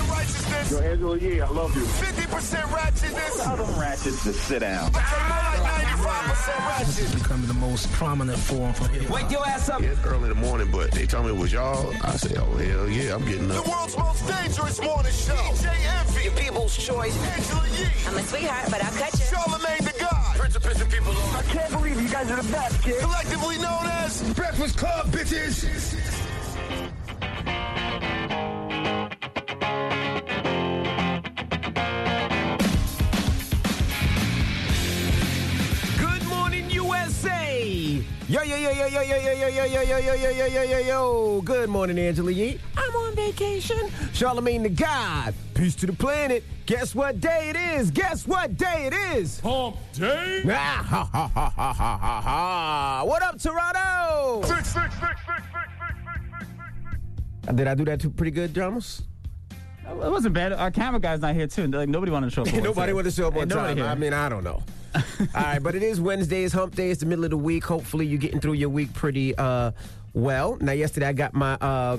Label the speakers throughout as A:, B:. A: ratchetness.
B: Yo, Angela Yee, I love you.
A: 50% ratchetness.
B: Tell them ratchets to sit down.
A: But you're more like 95% ratchet.
C: Becoming the most prominent form for hip hop.
D: Wake your ass up.
E: It's early in the morning, but they told me it was y'all. I said, oh, hell yeah, I'm getting
A: The
E: up.
A: world's most dangerous morning show. DJ
D: Your
A: Envy.
D: people's choice.
A: Angela Yee.
F: I'm a sweetheart, but I'll cut you.
A: Charlemagne the God. Prince of Pissing People
B: I can't believe you guys are the best, kid.
A: Collectively known as
E: Breakfast Club, bitches!
D: Good morning, USA. Yo, yo, yo, yo, yo, yo, yo, yo, yo, yo, yo, yo, yo, yo, yo, yo, yo. Good morning, Angela Yee. I'm on vacation. Charlemagne the God. Peace to the planet. Guess what day it is? Guess what day it is? Hump day. Ah, ha, ha, ha, ha, ha, ha, ha. What up, Toronto? Did I do that too pretty good, Dramas?
G: It wasn't bad. Our camera guy's not here too. and, Like nobody wanted to show up. for one
D: Nobody
G: today.
D: wanted to show up on
G: Ain't nobody
D: time.
G: here.
D: I mean, I don't know. All right, but it is Wednesday. It's hump day. It's the middle of the week. Hopefully, you're getting through your week pretty uh, well. Now, yesterday, I got my uh,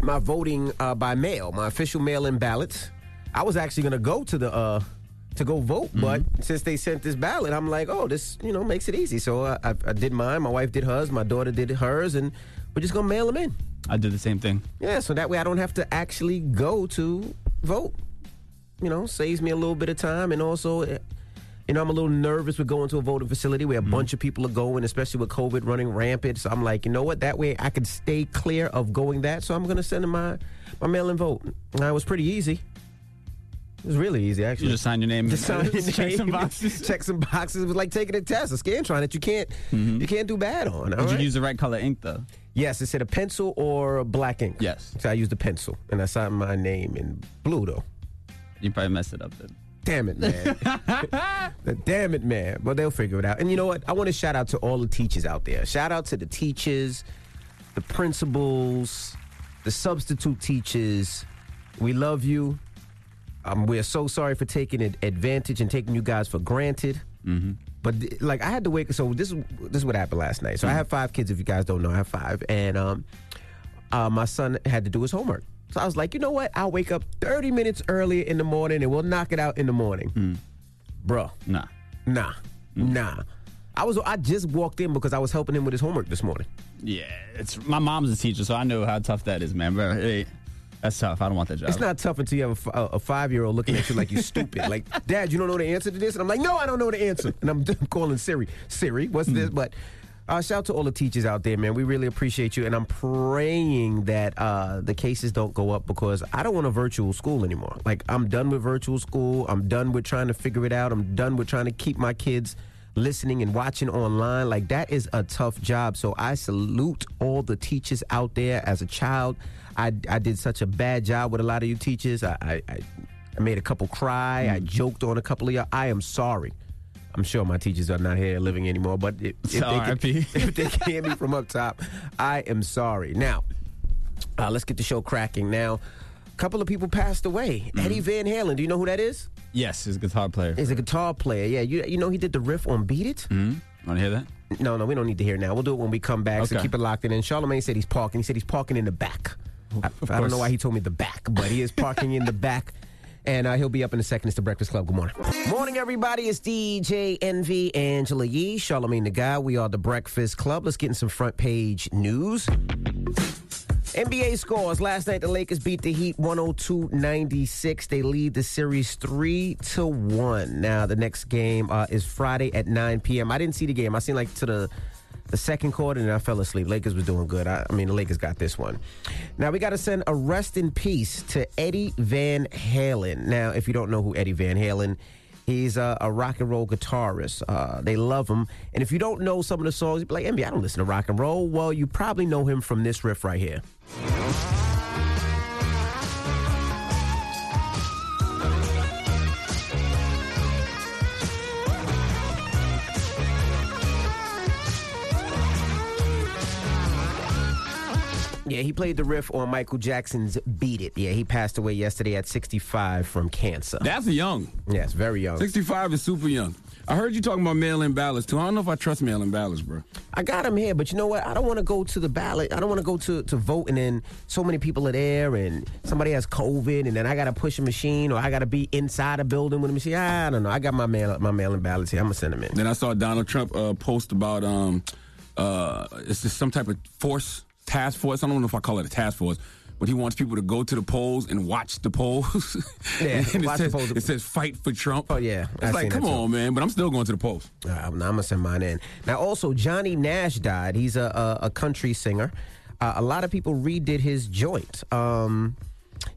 D: my voting uh, by mail, my official mail-in ballots. I was actually going to go to the uh, to go vote,
G: Mm-hmm.
D: but since they sent this ballot, I'm like, oh, this you know makes it easy. So I, I, I did mine. My wife did hers. My daughter did hers, and we're just going to mail them in.
G: I did the same thing.
D: Yeah, so that way I don't have to actually go to vote. You know, saves me a little bit of time, and also, eh, you know, I'm a little nervous with going to a voting facility where a
G: Mm-hmm.
D: bunch of people are going, especially with COVID running rampant. So I'm like, you know what? That way I can stay clear of going that. So I'm gonna send in my my mail-in vote. Now, it was pretty easy. It was really easy, actually.
G: You just sign your name.
D: Just sign
G: and
D: your
G: check
D: name,
G: some boxes.
D: Check some boxes. It was like taking a test, a Scantron that you can't you can't do bad on. all
G: Mm-hmm. Did you
D: right?
G: use the right color ink though?
D: Yes, it said a pencil or a black ink.
G: Yes.
D: So I used a pencil and I signed my name in blue though.
G: You probably messed it up then.
D: Damn it, man. The Damn it, man. But they'll figure it out. And you know what? I want to shout out to all the teachers out there. Shout out to the teachers, the principals, the substitute teachers. We love you. Um, we're so sorry for taking ad- advantage and taking you guys for granted. But th- like I had to wake. So this is this is what happened last night. So I have five kids. If you guys don't know, I have five, and um, uh, my son had to do his homework. So I was like, you know what? I'll wake up 30 minutes earlier in the morning, and we'll knock it out in the morning, Bruh,
G: Nah.
D: Nah, nah. I was I just walked in because I was helping him with his homework this morning.
G: Yeah, it's my mom's a teacher, so I know how tough that is, man. But hey, that's tough. I don't want that job.
D: It's not tough until you have a, five year old looking at you like you're stupid. Like, Dad, you don't know the answer to this? And I'm like, No, I don't know the answer. And I'm calling Siri. Siri, what's this? But uh, shout out to all the teachers out there, man. We really appreciate you. And I'm praying that uh, the cases don't go up because I don't want a virtual school anymore. Like, I'm done with virtual school. I'm done with trying to figure it out. I'm done with trying to keep my kids listening and watching online. Like that is a tough job. So I salute all the teachers out there. As a child, I, I did such a bad job with a lot of you teachers. I I, I- I made a couple cry. I joked on a couple of y'all. I am sorry. I'm sure my teachers are not here living anymore, but if, if, they, can,
G: R.I.P..
D: if they can hear me from up top, I am sorry. Now, uh, let's get the show cracking. Now, a couple of people passed away. Eddie Van Halen, do you know who that is?
G: yes, he's a guitar player.
D: He's a guitar player. Yeah, you, you know he did the riff on Beat It?
G: Want to Hmm? hear that?
D: No, no, we don't need to hear it now. We'll do it when we come back. So
G: Okay.
D: keep it locked in. And Charlemagne said he's parking. He said he's parking in the back. I, I don't
G: course.
D: know why he told me the back, but he is parking in the back. And uh, he'll be up in a second. It's the Breakfast Club. Good morning. Morning, everybody. It's DJ NV, Angela Yee, Charlemagne the Guy. We are the Breakfast Club. Let's get in some front page news. NBA scores. Last night, the Lakers beat the Heat 102 96. They lead the series 3 to 1. Now, the next game uh, is Friday at 9 p.m. I didn't see the game. I seen like to the. The second quarter, and I fell asleep. Lakers was doing good. I, I mean, the Lakers got this one. Now we got to send a rest in peace to Eddie Van Halen. Now, if you don't know who Eddie Van Halen He's a, a rock and roll guitarist. Uh, they love him. And if you don't know some of the songs, you'd be like, MB, I don't listen to rock and roll. Well, you probably know him from this riff right here. Yeah, he played the riff on Michael Jackson's Beat It. Yeah, he passed away yesterday at 65 from cancer.
H: That's young.
D: yes, very young.
H: 65 is super young.
F: I heard you talking about mail-in ballots too. I don't know if I trust mail-in ballots, bro.
D: I got them here, but you know what? I don't want to go to the ballot. I don't want to go to, to vote and then so many people are there and somebody has COVID and then I got to push a machine or I got to be inside a building with a machine. Ah, I don't know. I got my mail my mailing ballots here. I'm gonna send them in.
F: Then I saw Donald Trump uh, post about um, uh, it's just some type of force task force. I don't know if I call it a task force, but he wants people to go to the polls and watch the polls.
D: Yeah,
F: and
D: watch the
F: it says,
D: polls.
F: It says fight for Trump.
D: Oh, yeah.
F: it's
D: I've seen
F: like
D: that
F: come
D: too.
F: on, man. But I'm still going to the polls.
D: All right, Uh, I'm gonna send mine in. Now, also Johnny Nash died. He's a a, a country singer. Uh, a lot of people redid his joint. Um,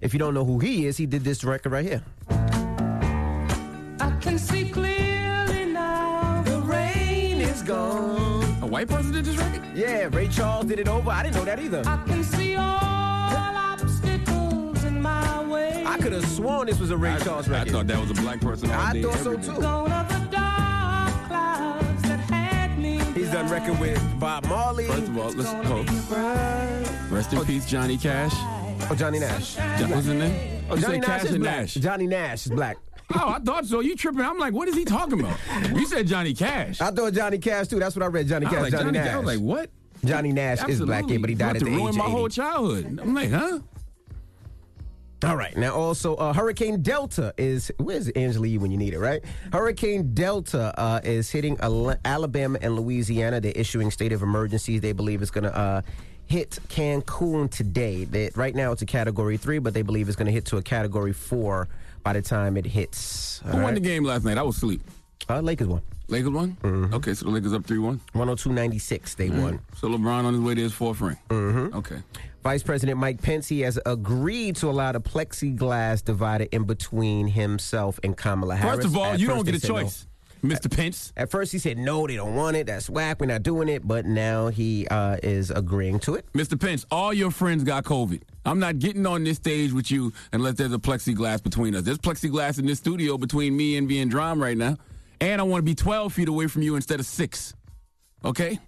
D: if you don't know who he is, he did this record right here.
H: I can see clearly now. The rain is gone.
F: A white person did this record.
D: Yeah, Ray Charles did it over. I didn't know that either.
H: I can see all obstacles in my way.
D: I could have sworn this was a Ray
F: I,
D: Charles
F: I
D: record.
F: thought that was a black person. all
D: I
F: day,
D: thought so
F: every day.
D: too.
H: Gone are the dark clouds that had me.
D: He's done record with Bob Marley.
F: First of all, let's
H: blind.
F: oh,
H: Gonna be bright.
F: rest in peace, Johnny Cash.
D: Oh, Johnny Nash.
F: John, what's his name?
D: Oh,
F: You
D: Johnny
F: said
D: Nash
F: Cash
D: is
F: or
D: black.
F: Nash?
D: Johnny Nash is black.
F: Oh, I thought so. You tripping? I'm like, what is he talking about? You said Johnny Cash.
D: I thought Johnny Cash too. That's what I read. Johnny
F: I was
D: Cash.
F: like,
D: Johnny,
F: Johnny
D: Nash.
F: Cash. I was like, what?
D: Johnny Nash is black, yeah, but he
F: You
D: died
F: about
D: at the
F: to
D: age
F: ruin
D: of
F: my
D: 80.
F: whole childhood. I'm like, huh?
D: All right. Now, also, uh, Hurricane Delta is where's Angela Yee when you need it, right? Hurricane Delta uh, is hitting Al- Alabama and Louisiana. They're issuing state of emergencies. They believe it's going to uh, hit Cancun today. They, right now, it's a Category Three, but they believe it's going to hit to a Category Four by the time it hits. All
F: Who won
D: right?
F: the game last night? I was asleep.
D: Uh, Lakers won.
F: Lakers won? Okay, so the Mm-hmm. Lakers up 3 1.
D: 102.96, they won.
F: So LeBron on his way to his fourth ring. Mm-hmm. Okay.
D: Vice President Mike Pence he has agreed to allow the plexiglass divider in between himself and Kamala Harris.
F: First of all,
D: At
F: you
D: first
F: don't
D: they
F: get a
D: said no.
F: choice, Mr. Pence.
D: At first, he said, no, they don't want it. That's whack. We're not doing it. But now he uh, is agreeing to it.
F: Mr. Pence, all your friends got COVID. I'm not getting on this stage with you unless there's a plexiglass between us. There's plexiglass in this studio between me and being Drum right now. And I want to be 12 feet away from you instead of six. Okay?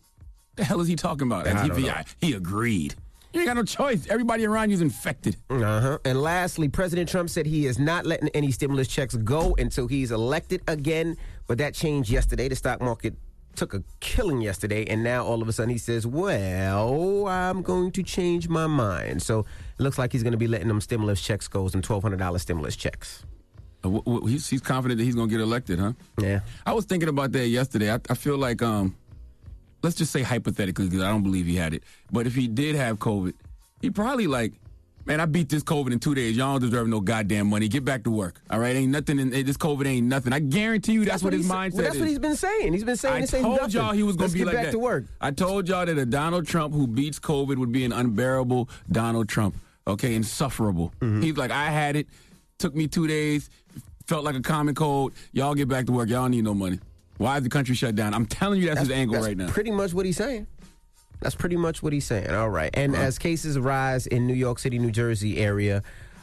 F: The hell is he talking about? At
D: I don't
F: TPI, he agreed. You ain't got no choice. Everybody around you's infected.
D: Uh huh. And lastly, President Trump said he is not letting any stimulus checks go until he's elected again. But that changed yesterday. The stock market took a killing yesterday. And now all of a sudden he says, well, I'm going to change my mind. So it looks like he's going to be letting them stimulus checks go, some $1,200 stimulus checks.
F: Uh, wh- wh- He's, he's confident that he's going to get elected, huh?
D: Yeah.
F: I was thinking about that yesterday. I, I feel like, um, let's just say hypothetically, because I don't believe he had it. But if he did have COVID, he probably like, man, I beat this COVID in two days. Y'all don't deserve no goddamn money. Get back to work. All right, ain't nothing. In, eh, this COVID ain't nothing. I guarantee you, that's, what, his
D: he's-
F: mindset
D: well, That's
F: is.
D: what he's been saying. He's been saying
F: I
D: the same
F: told
D: nothing.
F: y'all he was going
D: Let's
F: to be
D: get
F: like
D: back
F: that.
D: to work.
F: I told y'all that a Donald Trump who beats COVID would be an unbearable Donald Trump. Okay, insufferable. He's like, I had it. Took me two days. Felt like a common cold. Y'all get back to work. Y'all need no money. Why is the country shut down? I'm telling you, that's, his angle
D: That's
F: right now.
D: Pretty much what he's saying. That's pretty much what he's saying. All right. And as cases rise in New York City, New Jersey area,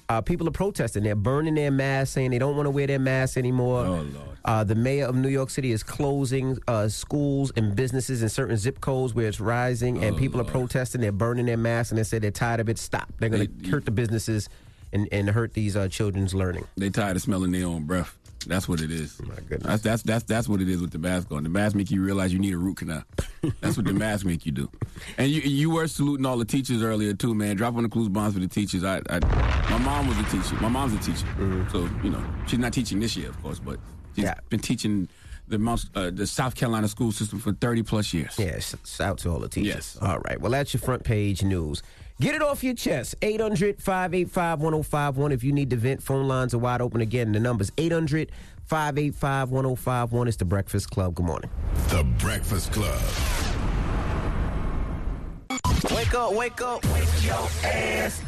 D: uh, people are protesting. They're burning their masks, saying they don't want to wear their masks anymore.
F: Oh, Lord.
D: Uh, the mayor of New York City is closing uh, schools and businesses in certain zip codes where it's rising,
F: Oh,
D: and people are protesting. They're burning their masks, and they say they're tired of it. Stop. They're going
F: They-
D: to hurt the businesses and, and hurt these uh, children's learning. Oh
F: They tired of smelling their own breath. That's what it is. My
D: goodness.
F: That's that's that's that's what it is with the mask on. The mask make you realize you need a root canal. That's what the mask make you do. And you you were saluting all the teachers earlier too, man. Drop on the clues bonds for the teachers. I, I my mom was a teacher. My mom's a teacher. So you know she's not teaching this year, of course, but
D: Mm-hmm.
F: she's
D: Yeah.
F: been teaching the most, uh, the South Carolina school system for thirty plus years.
D: Yeah, sh- shout to all the teachers.
F: Yes.
D: All right. Well, that's your front page news. Get it off your chest. 800 585 1051. If you need to vent, phone lines are wide open again. The number's 800 585 1051. It's the Breakfast Club. Good morning.
E: The Breakfast Club.
D: Wake up, wake up.
E: This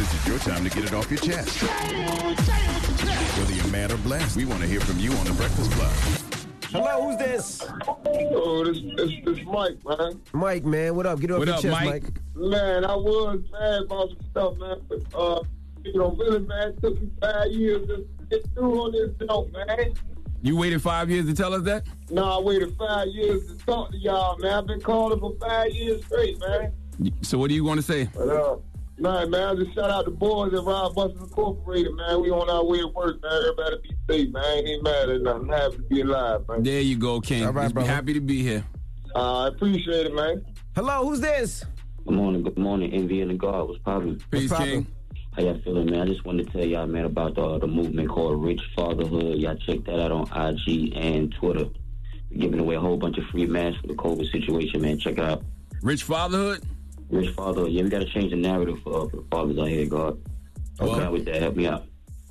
E: is your time to get it off your chest. Whether you're mad or blessed, we want to hear from you on The Breakfast Club.
D: Hello, who's this?
B: Oh, this, this, this Mike, man.
D: Mike, man. What up? Get it off
F: What
D: your
F: up,
D: chest,
F: Mike?
B: Man, I was mad about some stuff, man. But, uh, you know, really, man, it took me five years to get through on this joke, man.
F: You waited five years to tell us that?
B: Nah, I waited five years to talk to y'all, man. I've been calling for five years straight, man.
F: So what do you want to say?
B: But, uh, Nah, man, I just shout out the boys at Rob Buses Incorporated, man. We on our way to work, man. Everybody be safe, man. I ain't mad at nothing. Happy to be alive, man.
F: There you go, King.
D: All right,
F: Just be
D: brother.
F: happy to be here.
B: Uh, I appreciate it, man.
D: Hello, who's this?
I: Good morning, good morning, Envy and the God. What's poppin'?
F: Peace,
D: problem?
F: King.
I: How y'all feeling, man? I just wanted to tell y'all, man, about the, the movement called Rich Fatherhood. Y'all check that out on IG and Twitter. We're giving away a whole bunch of free masks for the COVID situation, man. Check it out.
F: Rich fatherhood.
I: Rich Fatherhood. Yeah, we got to change the narrative for, uh, for the fathers out here, God.
F: Okay.
I: Okay. With that, help me out.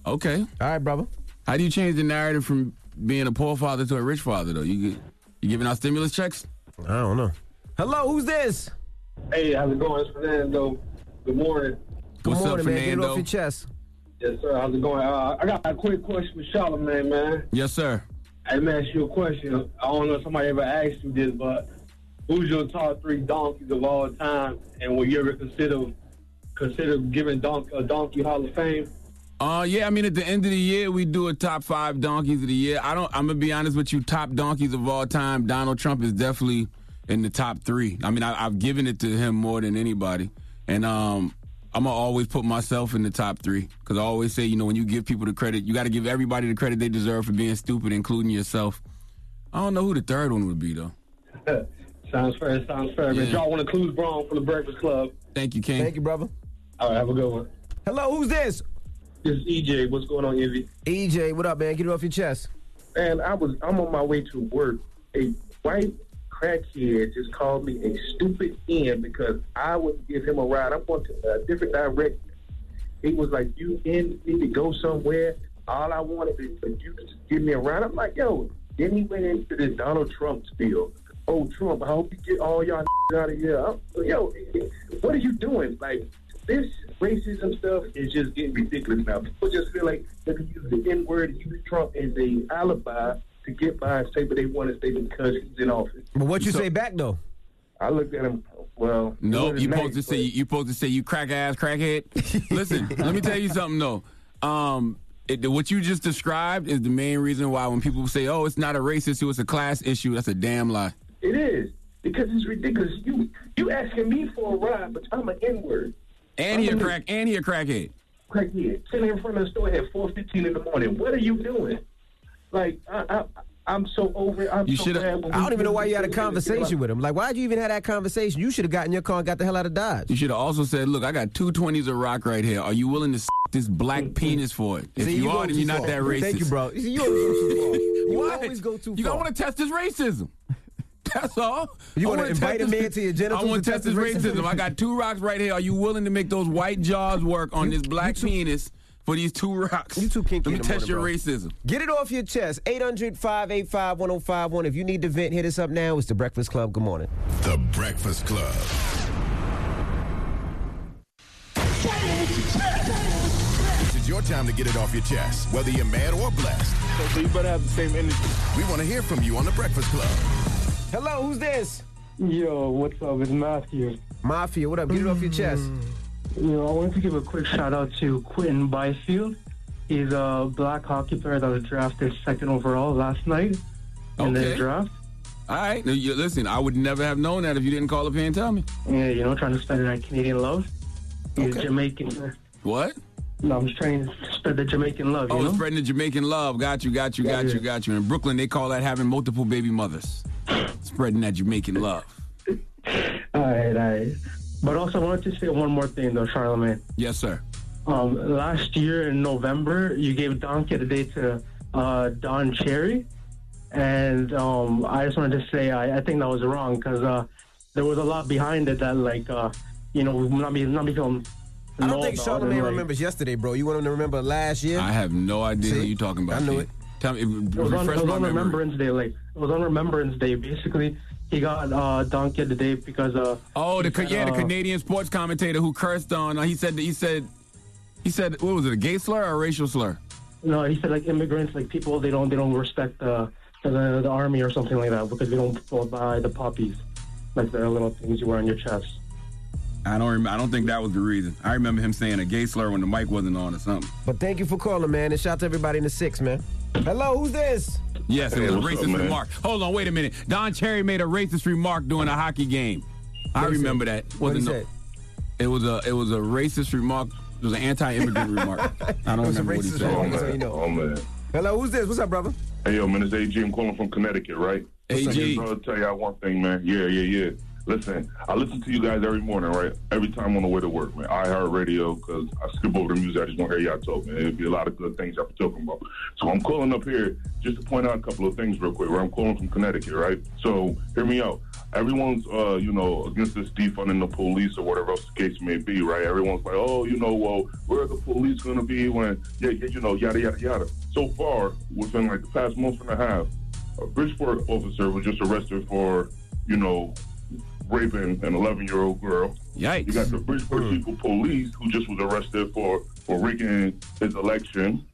F: Okay.
D: All right, brother.
F: How do you change the narrative from being a poor father to a rich father, though? You gi- you giving out stimulus checks?
D: I don't know. Hello, who's this?
B: Hey, how's it going? It's Fernando. Good morning.
D: Good
F: What's
D: morning,
F: up,
D: man. Get it
F: Fernando?
D: off your chest.
B: Yes, sir. How's it going? Uh, I got a quick question for Charlamagne, man.
F: yes, sir.
B: Hey, let me ask you a question. I don't know if somebody ever asked you this, but who's your top three donkeys of all time, and will you ever consider consider giving donk, a donkey Hall of Fame?
F: Uh, yeah, I mean, at the end of the year, we do a top five donkeys of the year. I don't. I'm gonna be honest with you. Top donkeys of all time, Donald Trump is definitely in the top three. I mean, I, I've given it to him more than anybody, and um, I'm gonna always put myself in the top three because I always say, you know, when you give people the credit, you got to give everybody the credit they deserve for being stupid, including yourself. I don't know who the third one would be though.
B: sounds fair. Sounds fair. Man,
F: Yeah.
B: y'all want to clues Brown for the Breakfast Club?
F: Thank you, King.
D: Thank you, brother.
B: All right, have a good one.
D: Hello, who's this?
B: This is EJ. What's going on, Envy?
D: EJ, what up, man? Get it off your chest.
B: Man, I was I'm on my way to work. A white crackhead just called me a stupid N because I wouldn't give him a ride. I'm going to a different direction. He was like, "You N need to go somewhere." All I wanted is for you to just give me a ride. I'm like, "Yo." Then he went into this Donald Trump spiel. Oh, Trump! I hope you get all y'all out of here. I'm, yo, what are you doing? Like this racism stuff is just getting ridiculous now. People just feel like they can use the N word, use Trump as a alibi to get by and say what they want to say because he's in office.
D: But what you
F: So-
D: say back though?
B: I looked at him. Well,
F: No,
B: he
F: you
B: wasn't
F: supposed to
B: nice,
F: say
B: but-
F: you you supposed to say you crack ass crackhead. Listen, let me tell you something though. Um, it, what you just described is the main reason why when people say, "Oh, it's not a race issue, it's a class issue," that's a damn lie.
B: It is because it's ridiculous. You you asking me for a ride, but I'm an N word.
F: And he a
B: I'm a-
F: crack, and he a crackhead.
B: crackhead sitting in front of the store at four fifteen in the morning. What are you doing? Like I, I I'm so over. it. I'm
F: You
B: so
F: shoulda-
B: glad when
D: I don't
B: we-
D: even know why you had a conversation with him. Like, why'd you even have that conversation? You should have gotten in your car and got the hell out of
F: You
D: Dodge.
F: should have also said, "Look, I got two twenties of rock right here. Are you willing to s- this black penis for it? If
D: See,
F: you,
D: go
F: are, then
D: too
F: you're not
D: far.
F: that racist."
D: Thank you, bro. You see, you always go too far. You
F: What?
D: always go too
F: You
D: far.
F: don't want to test his racism. That's all.
D: You
F: I
D: wanna
F: wanna
D: invite
F: test
D: a
F: his-
D: man to your genitals
F: I want
D: to
F: to test his racism. I got two rocks right here. Are you willing to make those white jaws work on this black penis for these two rocks?
D: You too kinky
F: Let me
D: in the
F: test your
D: morning,
F: racism.
D: Get it off your chest. 800 585 1051. If you need to vent, hit us up now. It's the Breakfast Club. Good morning.
E: The Breakfast Club. This is your time to get it off your chest, whether you're mad or blessed.
B: So you better have the same energy.
E: We want to hear from you on The Breakfast Club.
D: Hello, who's this?
B: Yo, what's up? It's Matthew. Mm.
D: Mafia, what up? Get it off your chest.
B: Yo, I wanted to give a quick shout out to Quentin Byfield. He's a black hockey player that was drafted second overall last night in the
F: Okay.
B: draft.
F: All right. Now, you- listen, I would never have known that if you didn't call up here and tell me.
B: Yeah, you know, trying to spread that Canadian love. He's
F: Okay.
B: Jamaican.
F: What?
B: No, I'm just trying to spread the Jamaican love, you
F: Oh,
B: know?
F: spreading the Jamaican love. Got you, got you, got
B: yeah.
F: you, got you. In Brooklyn, they call that having multiple baby mothers. spreading that Jamaican love.
B: All right, all right. But also, I wanted to say one more thing, though, Charlemagne.
F: Yes, sir.
B: Um, last year in November, you gave Donkey the Day to uh, Don Cherry. And um, I just wanted to say I, I think that was wrong because uh, there was a lot behind it that, like, uh, you know, would not be, not become.
D: I don't think Charlemagne remembers yesterday, bro. You want him to remember last year?
F: I have no idea
D: See,
F: who you're talking about.
D: I knew
F: Pete.
D: it.
F: Tell me,
B: It was on, it
F: refresh
B: was
F: my
B: on
F: memory.
B: Remembrance Day. Like, it was on Remembrance Day. Basically, he got uh, Donkey the Day because. Uh,
F: Oh, the
B: he
F: Ca-
B: said,
F: yeah, the
B: uh,
F: Canadian sports commentator who cursed on. uh, He said he said he said what was it, a gay slur or a racial slur?
B: No, he said like immigrants, like people, they don't they don't respect the the, the army or something like that because they don't go by the poppies, like the little things you wear on your chest.
F: I don't. Rem- I don't think that was the reason. I remember him saying a gay slur when the mic wasn't on or something.
D: But thank you for calling, man. And shout out to everybody in the six, man. Hello, who's this?
F: Yes, it was a
E: what's up,
F: racist
E: man?
F: remark. Hold on, wait a minute. Don Cherry made a racist remark during a hockey game. I
D: What he
F: remember
D: said?
F: that.
D: What he
F: Wasn't no-
D: said?
F: It was a it was a racist remark. It was an anti-immigrant remark. I don't
D: was a
F: remember what he
D: racist
F: said.
D: remark.
E: Oh,
D: So you
E: man.
D: know.
E: Oh, man.
D: Hello, who's this? What's up, brother?
E: Hey, yo, man, it's AG. I'm calling from Connecticut, right?
F: AG.
E: Listen, I'll tell y'all one thing, man. Yeah, yeah, yeah. Listen, I listen to you guys every morning, right? Every time on the way to work, man. I heard radio because I skip over the music. I just want to hear y'all talk, man. It'd be a lot of good things y'all be talking about. So I'm calling up here just to point out a couple of things real quick. Where I'm calling from Connecticut, right? So hear me out. Everyone's, uh, you know, against this defunding the police or whatever else the case may be, right? Everyone's like, oh, you know, well, where are the police going to be when, yeah, yeah, you know, yada, yada, yada. So far, within like the past month and a half, a Bridgeport officer was just arrested for, you know, raping an 11 year old girl. You got
F: Yikes!
E: the Bridgeport People Police who just was arrested for for rigging his election.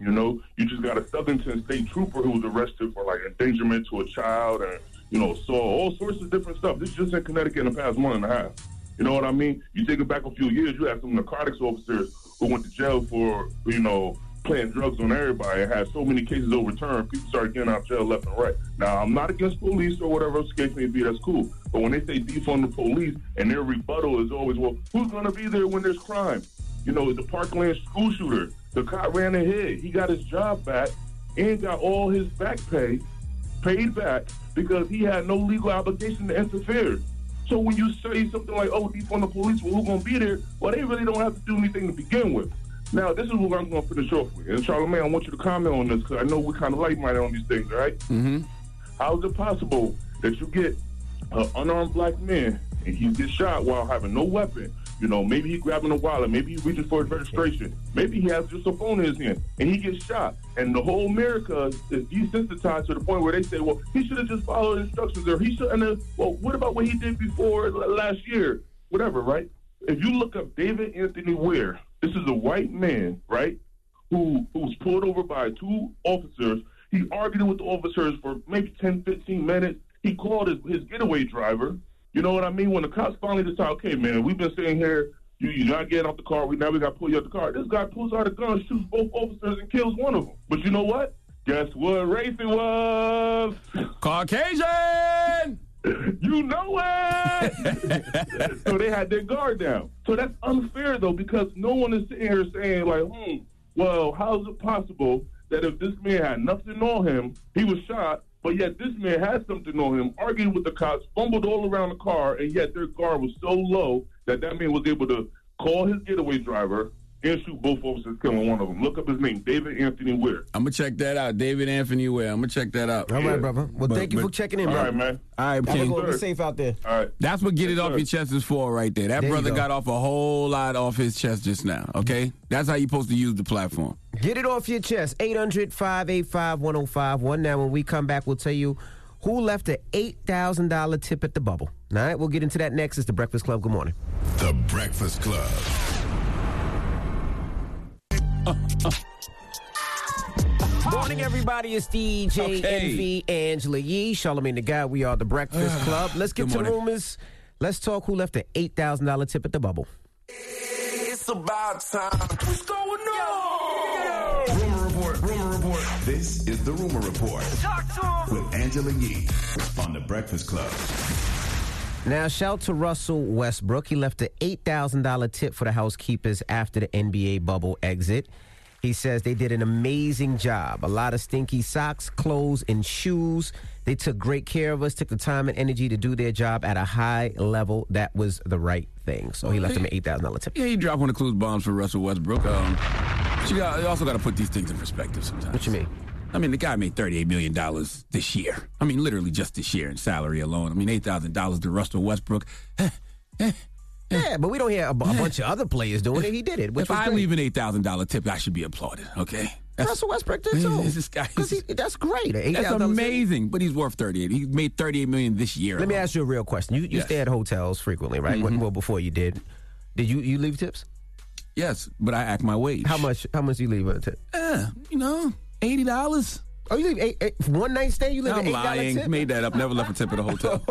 E: You know, you just got a Southington State Trooper who was arrested for like endangerment to a child and you know, so all sorts of different stuff. This is just in Connecticut in the past month and a half. You know what I mean? You take it back a few years, you have some narcotics officers who went to jail for you know playing drugs on everybody and had so many cases overturned. People started getting out of jail left and right. Now I'm not against police or whatever else the case may be. That's cool. But when they say defund the police and their rebuttal is always, well, who's going to be there when there's crime? You know, the Parkland school shooter, the cop ran ahead. He got his job back and got all his back pay paid back because he had no legal obligation to interfere. So when you say something like, oh, defund the police, well, who's going to be there? Well, they really don't have to do anything to begin with. Now, this is what I'm going to finish off with. And Charlamagne, I want you to comment on this because I know we're kind of light-minded on these things, all right? How is it possible that you get an unarmed black man and he gets shot while having no weapon? You know, maybe he's grabbing a wallet, maybe he's reaching for his registration, maybe he has just a phone in his hand, and he gets shot. And the whole America is desensitized to the point where they say, well, he should have just followed instructions, or he shouldn't have. Well, what about what he did before l- last year? Whatever, right? If you look up David Anthony Ware, this is a white man, right? who who was pulled over by two officers. He argued with the officers for maybe 10, 15 minutes. He called his, his getaway driver. You know what I mean? When the cops finally decide, okay, man, we've been sitting here. You, you're not getting out the car. We Now we got to pull you out the car. This guy pulls out a gun, shoots both officers, and kills one of them. But you know what? Guess what race it was?
F: Caucasian.
E: you know it. so they had their guard down. So that's unfair though, because no one is sitting here saying like, hmm, well, how is it possible that if this man had nothing on him, he was shot, but yet this man had something on him, argued with the cops, fumbled all around the car, and yet their guard was so low that that man was able to call his getaway driver and shoot both officers, killing one of them. Look up his name, David Anthony Ware.
F: I'm gonna check that out, David Anthony Ware. I'm gonna check that out.
D: All
E: Yeah.
D: right, brother. Well,
F: But-
D: thank you
F: but-
D: for checking in,
E: All
D: brother.
E: right, man.
F: All right,
D: Have a
F: King.
D: good one. Be safe out there.
E: All right.
F: That's what get it off
E: sir.
F: your chest is for right there. That
D: There you
F: brother
D: go.
F: got off a whole lot off his chest just now. Okay, that's how you supposed to use the platform.
D: Get it off your chest. 800 585 1051. Now, when we come back, we'll tell you who left a $8,000 tip at the bubble. All right, we'll get into that next. It's the Breakfast Club. Good morning.
E: The Breakfast Club.
D: Morning, everybody. It's DJ
F: Okay.
D: NV Angela Yee, Charlemagne the Guy. We are the Breakfast Club. Let's get
F: Ah, Good
D: to
F: morning.
D: rumors. Let's talk who left a $8,000 tip at the bubble.
A: It's about time. What's going on?
E: Rumor Report, Rumor Report. This is the Rumor Report
H: Talk to him.
E: with Angela Yee on The Breakfast Club.
D: Now, shout to Russell Westbrook. He left an $8,000 tip for the housekeepers after the NBA bubble exit. He says they did an amazing job. A lot of stinky socks, clothes, and shoes. They took great care of us, took the time and energy to do their job at a high level. That was the right thing. So he left him an $8,000 tip.
F: Yeah, he dropped one of Clues bombs for Russell Westbrook. Um, but you, got, you also got to put these things in perspective sometimes.
D: What you mean?
F: I mean, the guy made $38 million this year. I mean, literally just this year in salary alone. I mean, $8,000 to Russell Westbrook. Eh,
D: Yeah, but we don't hear a, bu- a bunch of other players doing it. He did it, which
F: if
D: was
F: I
D: great.
F: leave an $8,000 tip, I should be applauded, okay? That's,
D: Russell Westbrook did
F: Man,
D: too.
F: this guy is-
D: 'Cause he- that's great.
F: that's
D: $8,000 tip.
F: amazing, but he's worth 38 He made $38 million this year.
D: Let me
F: alone.
D: ask you a real question. You you
F: Yes. Mm-hmm.
D: stay at hotels frequently, right? Well- Well, before you did, did you you leave tips?
F: Yes, but I act my wage. Uh,
D: How much? How much do you leave on a tip?
F: Eh, you know, $80.
D: Oh, you leave eight, eight one night stand? You leave an
F: I'm
D: eight dollar
F: lying.
D: tip?
F: Made that up. Never left a tip at a hotel.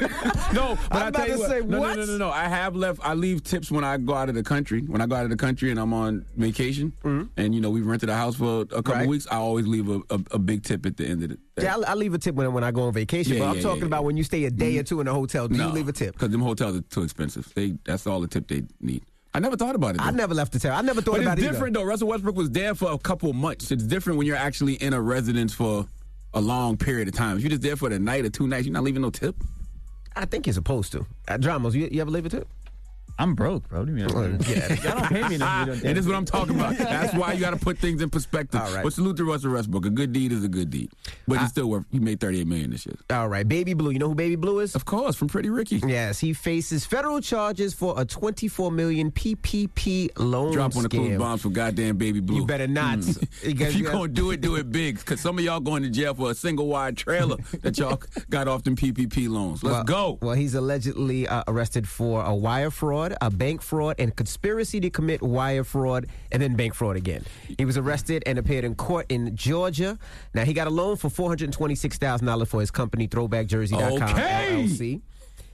F: no, but
D: I'm
F: I
D: about
F: tell you
D: to
F: what,
D: say,
F: no,
D: what?
F: No, no, no, no. I have left. I leave tips when I go out of the country. When I go out of the country and I'm on vacation, and you know we rented a house for a couple
D: Mm-hmm. Right.
F: weeks, I always leave a, a, a big tip at the end of the day.
D: Yeah, I, I leave a tip when, when I go on vacation.
F: Yeah,
D: but I'm
F: yeah, yeah,
D: talking
F: yeah. Mm-hmm.
D: about when you stay a day or two in a hotel. Oh, Do you leave a tip?
F: because them hotels are too expensive. They that's all the tip they need. I never thought about it.
D: I
F: though.
D: never left the tip. I never thought
F: But
D: about
F: it's
D: it. either.
F: different though. Russell Westbrook was there for a couple months. It's different when you're actually in a residence for a long period of time. If you're just there for the night or two nights, you're not leaving no tip.
D: I think you're supposed to. Uh, Dramos, you, you ever leave a tip?
G: I'm broke, bro. What do you mean?
D: yeah.
G: Y'all don't pay me enough. You don't
F: And this is what I'm talking about. That's why you got to put things in perspective.
D: All right.
F: But salute to Russell Westbrook. A good deed is a good deed. But he's still worth. He made 38 million this year.
D: All right, Baby Blue. You know who Baby Blue is?
F: Of course, from Pretty Ricky.
D: Yes, he faces federal charges for a 24 million PPP loan
F: Drop on the clue
D: scam.
F: bombs for goddamn baby blue. Mm.
D: You better not. Because
F: If you
D: you-
F: gonna do it, do it big. Cause some of y'all going to jail for a single wide trailer that y'all got off them PPP loans. Let's
D: well,
F: go.
D: Well, he's allegedly uh, arrested for a wire fraud, a bank fraud, and conspiracy to commit wire fraud and then bank fraud again. He was arrested and appeared in court in Georgia. Now, he got a loan for $426,000 for his company, throwbackjersey.com
F: Okay.
D: LLC.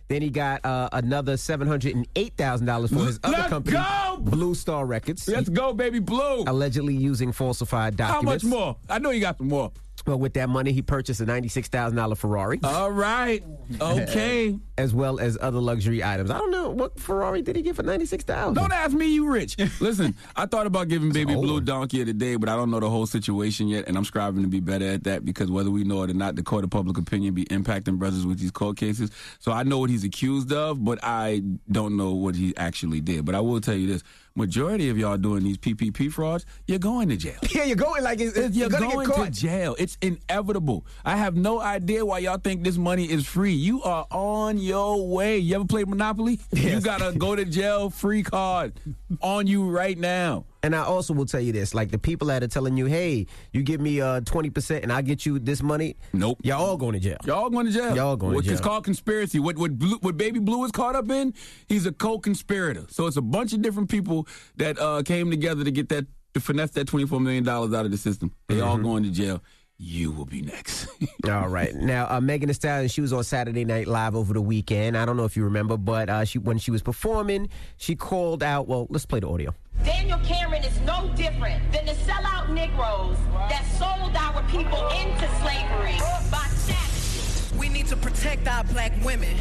D: Then he got uh, another $708,000 for his other
F: Let's
D: company,
F: go!
D: Blue Star Records.
F: Let's
D: He-
F: go, baby blue.
D: Allegedly using falsified
F: How
D: documents.
F: much more? I know you got some more.
D: Well, with that money, he purchased a $96,000 Ferrari
F: All right. Okay.
D: as well as other luxury items. I don't know what Ferrari did he get for $96,000?
F: Don't ask me, you rich. Listen, I thought about giving Baby
D: old
F: Blue
D: one.
F: Donkey of the Day, but I don't know the whole situation yet, and I'm striving to be better at that because whether we know it or not, the court of public opinion be impacting brothers with these court cases. So I know what he's accused of, but I don't know what he actually did. But I will tell you this: majority of y'all doing these PPP frauds, you're going to jail.
D: Yeah, you're going like it's, it's,
F: You're
D: you're, gonna
F: going
D: get
F: to
D: caught.
F: jail. It's inevitable. I have no idea why y'all think this money is free. You are on your way. You ever played Monopoly? You
D: Yes.
F: got a go to jail free card on you right now.
D: and I also will tell you this: like the people that are telling you, "Hey, you give me uh twenty percent and I get you this money,"
F: Nope.
D: y'all all going to jail.
F: Y'all going to jail.
D: Y'all going to
F: What- It's
D: jail.
F: called conspiracy. What what, Blue, what Baby Blue is caught up in? He's a co-conspirator. So it's a bunch of different people that uh, came together to get that to finesse that twenty four million dollars out of the system. They
D: Mm-hmm.
F: all going to jail. You will be next.
D: All right. Now, uh, Megan Thee Stallion, she was on Saturday Night Live over the weekend. I don't know if you remember, but uh, she when she was performing, she called out. Well, let's play the audio.
J: Daniel Cameron is no different than the sellout Negroes that sold our people into slavery by savages.
K: We need to protect our black women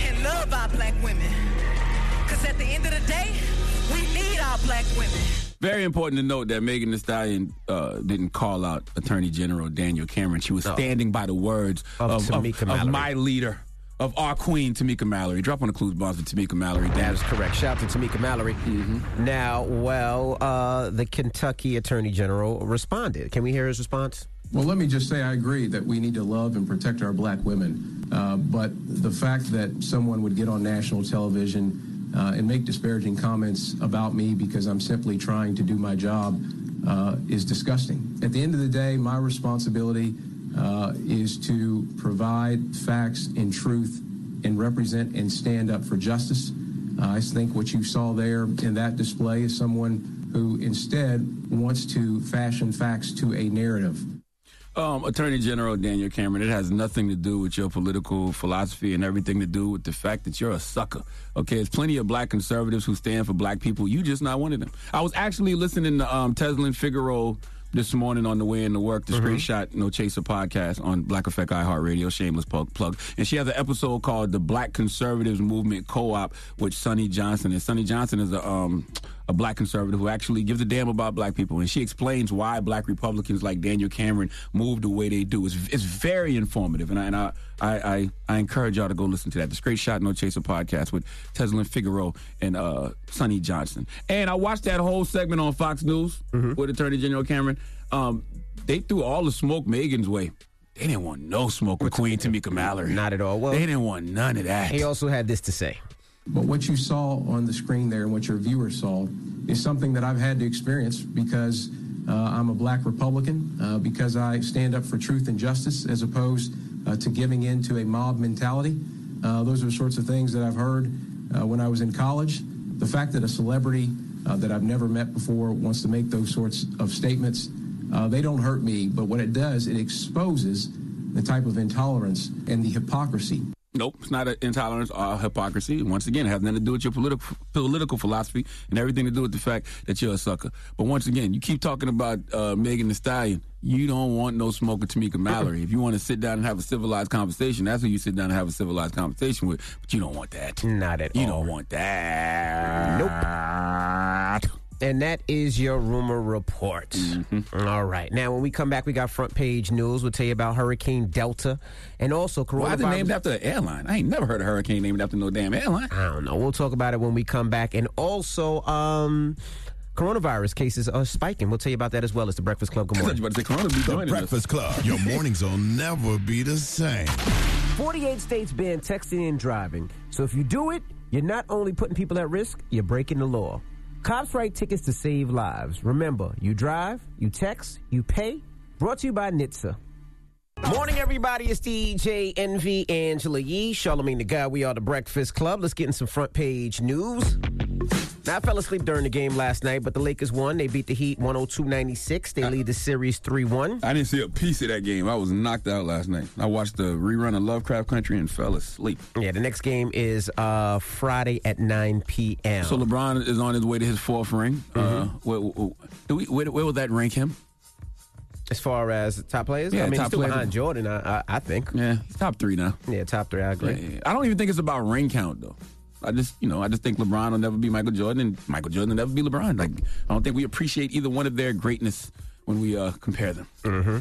K: and love our black women. Because at the end of the day, we need our black women.
F: Very important to note that Megan Thee Stallion uh, didn't call out Attorney General Daniel Cameron. She was standing by the words
D: Of
F: of, of,
D: Tamika
F: of
D: Mallory.
F: my leader, of our queen, Tamika Mallory. Drop on the clues bombs for Tamika Mallory. Mm-hmm.
D: That
F: That
D: is correct. Shout out to Tamika Mallory. Now, well, uh, the Kentucky Attorney General responded. Can we hear his response?
L: Well, let me just say I agree that we need to love and protect our black women. Uh, but the fact that someone would get on national television uh, and make disparaging comments about me because I'm simply trying to do my job uh, is disgusting. At the end of the day, my responsibility uh, is to provide facts and truth and represent and stand up for justice. Uh, I think what you saw there in that display is someone who instead wants to fashion facts to a narrative.
F: um, Attorney General Daniel Cameron, it has nothing to do with your political philosophy and everything to do with the fact that you're a sucker. Okay, there's plenty of black conservatives who stand for black people. You just not one of them. I was actually listening to um, Tesla and Figaro this morning on the way into work, the Screenshot No Chaser podcast on Black Effect iHeartRadio, shameless plug, plug. And she has an episode called The Black Conservatives Movement Co-op with Sonny Johnson. And Sonny Johnson is a, um, a black conservative who actually gives a damn about black people. And she explains why black Republicans like Daniel Cameron move the way they do. It's, it's very informative. And, I, and I, I, I, I encourage y'all to go listen to that. The Straight Shot No Chaser podcast with Tesla and Figaro and uh, Sonny Johnson. And I watched that whole segment on Fox News
D: Mm-hmm.
F: with Attorney General Cameron um, they threw all the smoke Megan's way. They didn't want no smoke with Queen Tamika Mallory.
D: Not at all. Well-
F: they didn't want none of that.
D: He also had this to say.
L: But what you saw on the screen there and what your viewers saw is something that I've had to experience because uh, I'm a black Republican, uh, because I stand up for truth and justice as opposed uh, to giving in to a mob mentality. Uh, those are the sorts of things that I've heard uh, when I was in college. The fact that a celebrity uh, that I've never met before wants to make those sorts of statements Uh, they don't hurt me, but what it does, it exposes the type of intolerance and the hypocrisy.
F: Nope, it's not an intolerance or hypocrisy. Once again, it has nothing to do with your political political philosophy and everything to do with the fact that you're a sucker. But once again, you keep talking about uh, Megan Thee Stallion. You don't want no smoke with Tamika Mallory. if you want to sit down and have a civilized conversation, that's who you sit down and have a civilized conversation with. But you don't want that.
D: Not at
F: you all. You don't want that.
D: Nope. And that is your rumor report. All right. Now, when we come back, we got front page news. We'll tell you about Hurricane Delta and also coronavirus.
F: Why is it named after an airline? I ain't never heard a hurricane named after no damn airline.
D: I don't know. We'll talk about it when we come back. And also, um, coronavirus cases are spiking. We'll tell you about that as well as the Breakfast Club. Good
F: I thought
D: morning.
F: you were about to say Corona be
D: The
F: joining us.
D: Breakfast Club.
M: Your mornings will never be the same.
D: 48 states ban texting and driving. So if you do it, you're not only putting people at risk, you're breaking the law. Cops write tickets to save lives. Remember, you drive, you text, you pay. Brought to you by NHTSA. Morning, everybody. It's DJ NV Angela Yee, Charlemagne the Guy. We are the Breakfast Club. Let's get in some front page news. Now, I fell asleep during the game last night, but the Lakers won. They beat the Heat 102 96. They lead the series 3 1.
F: I didn't see a piece of that game. I was knocked out last night. I watched the rerun of Lovecraft Country and fell asleep.
D: Yeah, the next game is uh, Friday at 9 p.m.
F: So LeBron is on his way to his fourth ring. Uh,
D: Mm-hmm.
F: where, where- do we, where, where would that rank him?
D: As far as top players,
F: Yeah,
D: I mean,
F: top
D: he's still
F: player.
D: behind Jordan, I, I, I think.
F: Yeah, he's top three now.
D: Yeah, top three. I agree.
F: Yeah, yeah. I don't even think it's about ring count though. I just, you know, I just think LeBron will never be Michael Jordan, and Michael Jordan will never be LeBron. Like, I don't think we appreciate either one of their greatness when we uh, compare them.
D: Mm-hmm.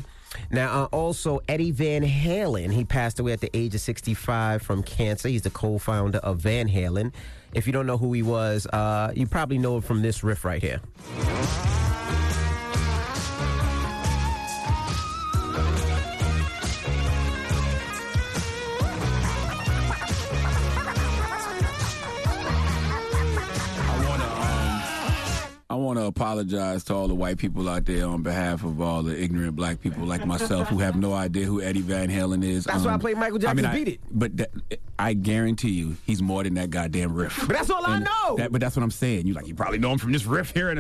D: Now, uh, also Eddie Van Halen, he passed away at the age of 65 from cancer. He's the co-founder of Van Halen. If you don't know who he was, uh, you probably know him from this riff right here.
F: um, I want to apologize to all the white people out there on behalf of all the ignorant black people like myself who have no idea who Eddie Van Halen is. Um,
D: That's why I played Michael
F: I mean,
D: Jackson's
F: I-
D: Beat It.
F: But that, I guarantee you, he's more than that goddamn riff.
D: But that's all I
F: And
D: know.
F: that- but that's what I'm saying. You like you probably know him from this riff here. and-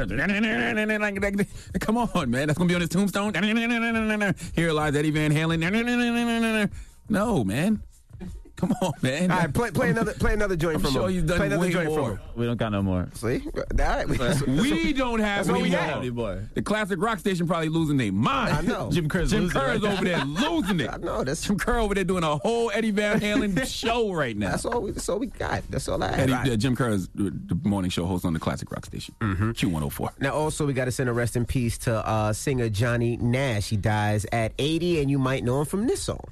F: like, Come on, man. That's gonna be on his tombstone. Here lies Eddie Van Halen. No, man. Come on, man.
D: All right, play, play another play another joint
F: I'm
D: from
F: sure
D: him.
F: you've done
D: play another
F: way
D: joint
F: more.
D: from him.
G: We don't got no more.
D: See? All right.
F: we don't have
G: That's what we
F: any
G: got.
F: more. The classic rock station probably losing their mind.
G: I know. Jim Kerr's
F: Jim
G: losing
F: Kerr's
G: right
F: over there losing it. I
D: know. That's
F: Jim Kerr over there doing a whole Eddie Van Halen show right now.
D: That's all. We, that's all we got. That's all I
F: Eddie,
D: have.
F: uh, Jim Kerr is the the morning show host on the classic rock station
G: Mm-hmm.
F: Q104.
D: Now, also, we got to send a rest in peace to uh, singer Johnny Nash. He dies at 80, and you might know him from this song.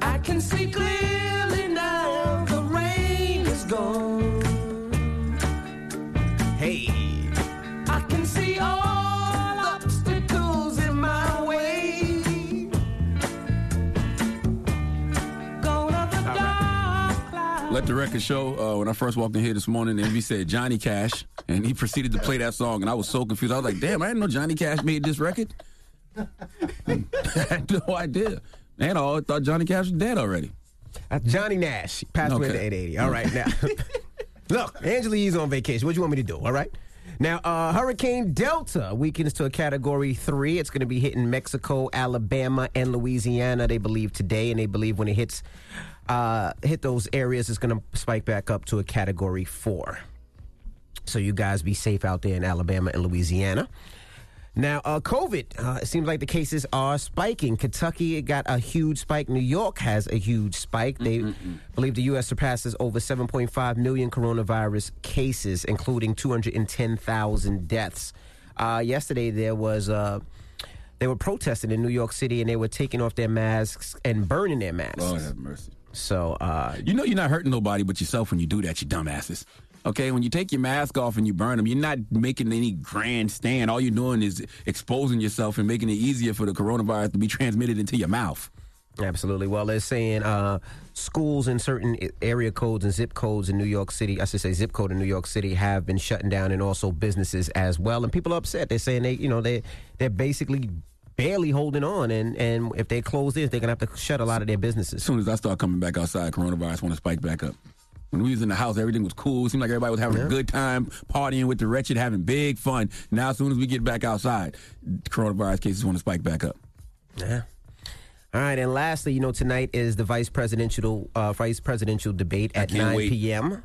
H: I can see clearly now the rain is gone.
D: Hey.
H: I can see all obstacles in my way. Gonna the dark cloud.
F: Let the record show. Uh, when I first walked in here this morning, and he said Johnny Cash, and he proceeded to play that song, and I was so confused. I was like, "Damn, I didn't know Johnny Cash made this record. I had no idea." And I always thought Johnny Cash was dead already.
D: Uh, Johnny Nash passed away at the
F: Okay.
D: age of 80. All right, now. Look, Angela Yee's on vacation. What do you want me to do? All right. Now, uh, Hurricane Delta weakens to a Category 3. It's going to be hitting Mexico, Alabama, and Louisiana, they believe, today. And they believe when it hits uh, hit those areas, it's going to spike back up to a Category 4. So you guys be safe out there in Alabama and Louisiana. Now, uh, COVID, uh, it seems like the cases are spiking. Kentucky got a huge spike. New York has a huge spike. They believe the U.S. surpasses over 7.5 million coronavirus cases, including 210,000 deaths. Uh, yesterday, there was. Uh, they were protesting in New York City and they were taking off their masks and burning their masks.
F: Lord have mercy.
D: So, uh,
F: you know, you're not hurting nobody but yourself when you do that, you dumbasses. Okay, when you take your mask off and you burn them, you're not making any grand stand. All you're doing is exposing yourself and making it easier for the coronavirus to be transmitted into your mouth.
D: Absolutely. Well, they're saying uh, schools in certain i- area codes and zip codes in New York City, I should say zip code in New York City, have been shutting down, and also businesses as well. And people are upset. They're saying they, you know, they they're basically barely holding on, and and if they close this, they're gonna have to shut a lot of their businesses.
F: As soon as I start coming back outside, coronavirus want to spike back up. When we was in the house, everything was cool. It seemed like everybody was having a good time, partying with the wretched, having big fun. Now, as soon as we get back outside, coronavirus cases want to spike back up.
D: Yeah. All right, and lastly, you know, tonight is the vice presidential uh, vice presidential debate at
F: can't
D: 9
F: wait.
D: p.m.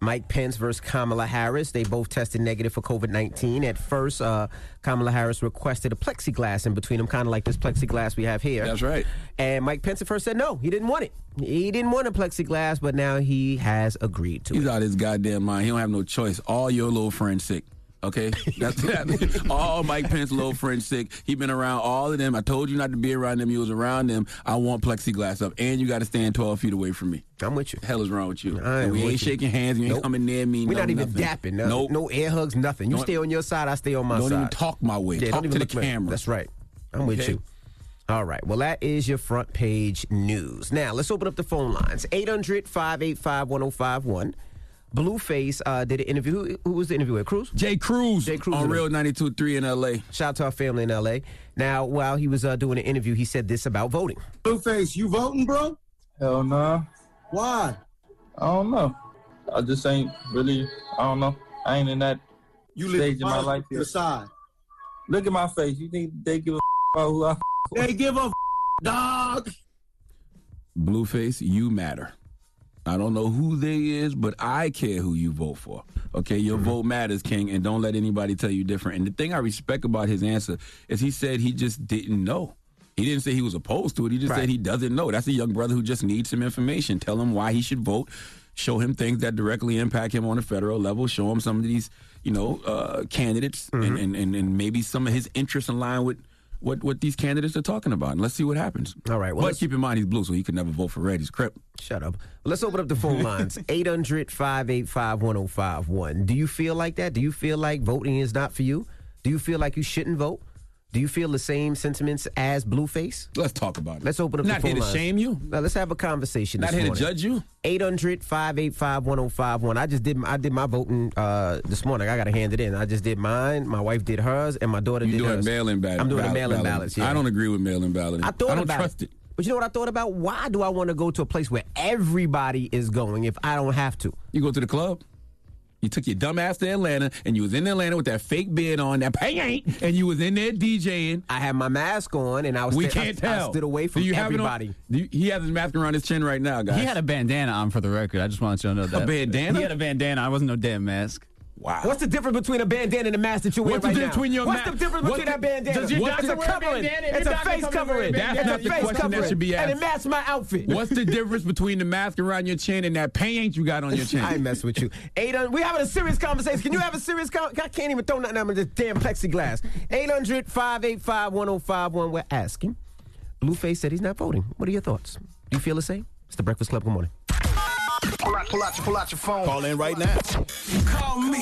D: Mike Pence versus Kamala Harris. They both tested negative for COVID 19. At first, uh, Kamala Harris requested a plexiglass in between them, kind of like this plexiglass we have here. That's
F: right.
D: And Mike Pence at first said no, he didn't want it. He didn't want a plexiglass, but now he has agreed to
F: He's out of his goddamn mind. He don't have no choice. All your little friends sick. Okay, that's that. all Mike Pence little friends sick. He been around all of them. I told you not to be around them. You was around them. I want plexiglass up, and you got to stand twelve feet away from me.
D: I'm with you.
F: hell is wrong with you?
D: am
F: And we
D: with
F: ain't
D: you.
F: shaking hands. You ain't
D: Nope.
F: coming near me.
D: We're
F: no,
D: not even
F: nothing.
D: dapping. No,
F: Nope.
D: no air hugs, nothing. You
F: Don't-
D: stay on your side, I stay on my
F: Don't
D: side.
F: even talk my way.
D: Yeah,
F: Talk
D: don't
F: to
D: even
F: the
D: look my-
F: camera.
D: That's right. I'm with
F: Okay?
D: you. All right. Well, that is your front page news. Now, let's open up the phone lines 800 585 1051. Blueface uh, did an interview. Who, who was the interviewer? Cruz?
F: Jay Cruz.
D: Jay Cruz.
F: on Real 92.3 in L.A.
D: Shout out to our family in L.A. Now, while he was uh, doing an interview, he said this about voting.
N: Blueface, you voting, bro? Hell nah. Why? I don't know. I just ain't really. I don't know. I ain't in that you stage in my life yet. Decide. Look at my face. You think they give a about who I? They give a dog.
F: Blueface, you matter. I don't know who they is, but I care who you vote for. Okay, your
D: Mm-hmm.
F: vote matters, King, and don't let anybody tell you different. And the thing I respect about his answer is he said he just didn't know. He didn't say he was opposed to it. He just said he doesn't know. That's a young brother who just needs some information. Tell him why he should vote. Show him things that directly impact him on a federal level. Show him some of these, you know, uh, candidates
D: Mm-hmm.
F: and, and, and, and maybe some of his interests in line with what, what these candidates are talking about. And let's see what happens. All right.
D: well,
F: but
D: let's-
F: keep in mind he's blue, so he could never vote for red. He's crip.
D: Shut up. Let's open up the phone lines 800 585 1051. Do you feel like that? Do you feel like voting is not for you? Do you feel like you shouldn't vote? Do you feel the same sentiments as Blueface?
F: Let's talk about it.
D: Let's open up
F: Not
D: the phone
F: here to
D: lines.
F: shame you.
D: Now, let's have a conversation.
F: Not
D: this
F: here to
D: morning.
F: judge you.
D: 800 585 1051. I just did I did my voting uh, this morning. I got to hand it in. I just did mine. My wife did hers, and my daughter
F: You're
D: did
F: doing
D: hers.
F: mail-in ballot.
D: I'm doing
F: ballot-
D: a mail in
F: ballot.
D: ballot. Yeah.
F: I don't agree with mail-in ballot.
D: I thought
F: I don't
D: about
F: trust it.
D: But you know what I thought about? Why do I want to go to a place where everybody is going if I don't have to?
F: You go to the club. You took your dumb ass to Atlanta, and you was in Atlanta with that fake beard on, that paint, and you was in there DJing.
D: I had my mask on, and I was
F: We
D: sta- I-
F: can't
D: I
F: tell.
D: stood away from
F: Do you have it on?
D: everybody.
F: Do you- he has his mask around his chin right now, guys.
G: He had a bandana on for the record. I just wanted you to know that.
F: bandana?
G: He had a bandana. I wasn't no damn mask.
F: Wow.
D: What's the difference between a bandana and a mask that you wear
G: What's the
D: right
G: difference
D: now?
G: between your
D: What's
G: ma-
D: the difference
G: what's
D: between that
G: the-
D: bandana?
G: Does your doctor
D: it's a
G: wear a
D: covering.
G: bandana? Your
D: It's a
G: doctor
D: face
G: comes in wearing a
D: covering.
G: bandana.
D: It's
G: That's
D: a
G: not the
D: face
G: question
F: that
D: covering.
F: should be
D: And it
F: asked.
D: matched my outfit.
F: What's the difference between the mask around your chin and that paint you got on your chin? I
D: mess with you. Eight hundred. We having a serious conversation. Can you have a serious con- I can't even throw nothing out of this damn plexiglass. 800-585-1051. We're asking. Blueface said he's not voting. What are your thoughts? Do you feel the same? It's the Breakfast Club. Good morning.
O: Pull out, pull out, your- pull out your phone. Call in right now. Call me.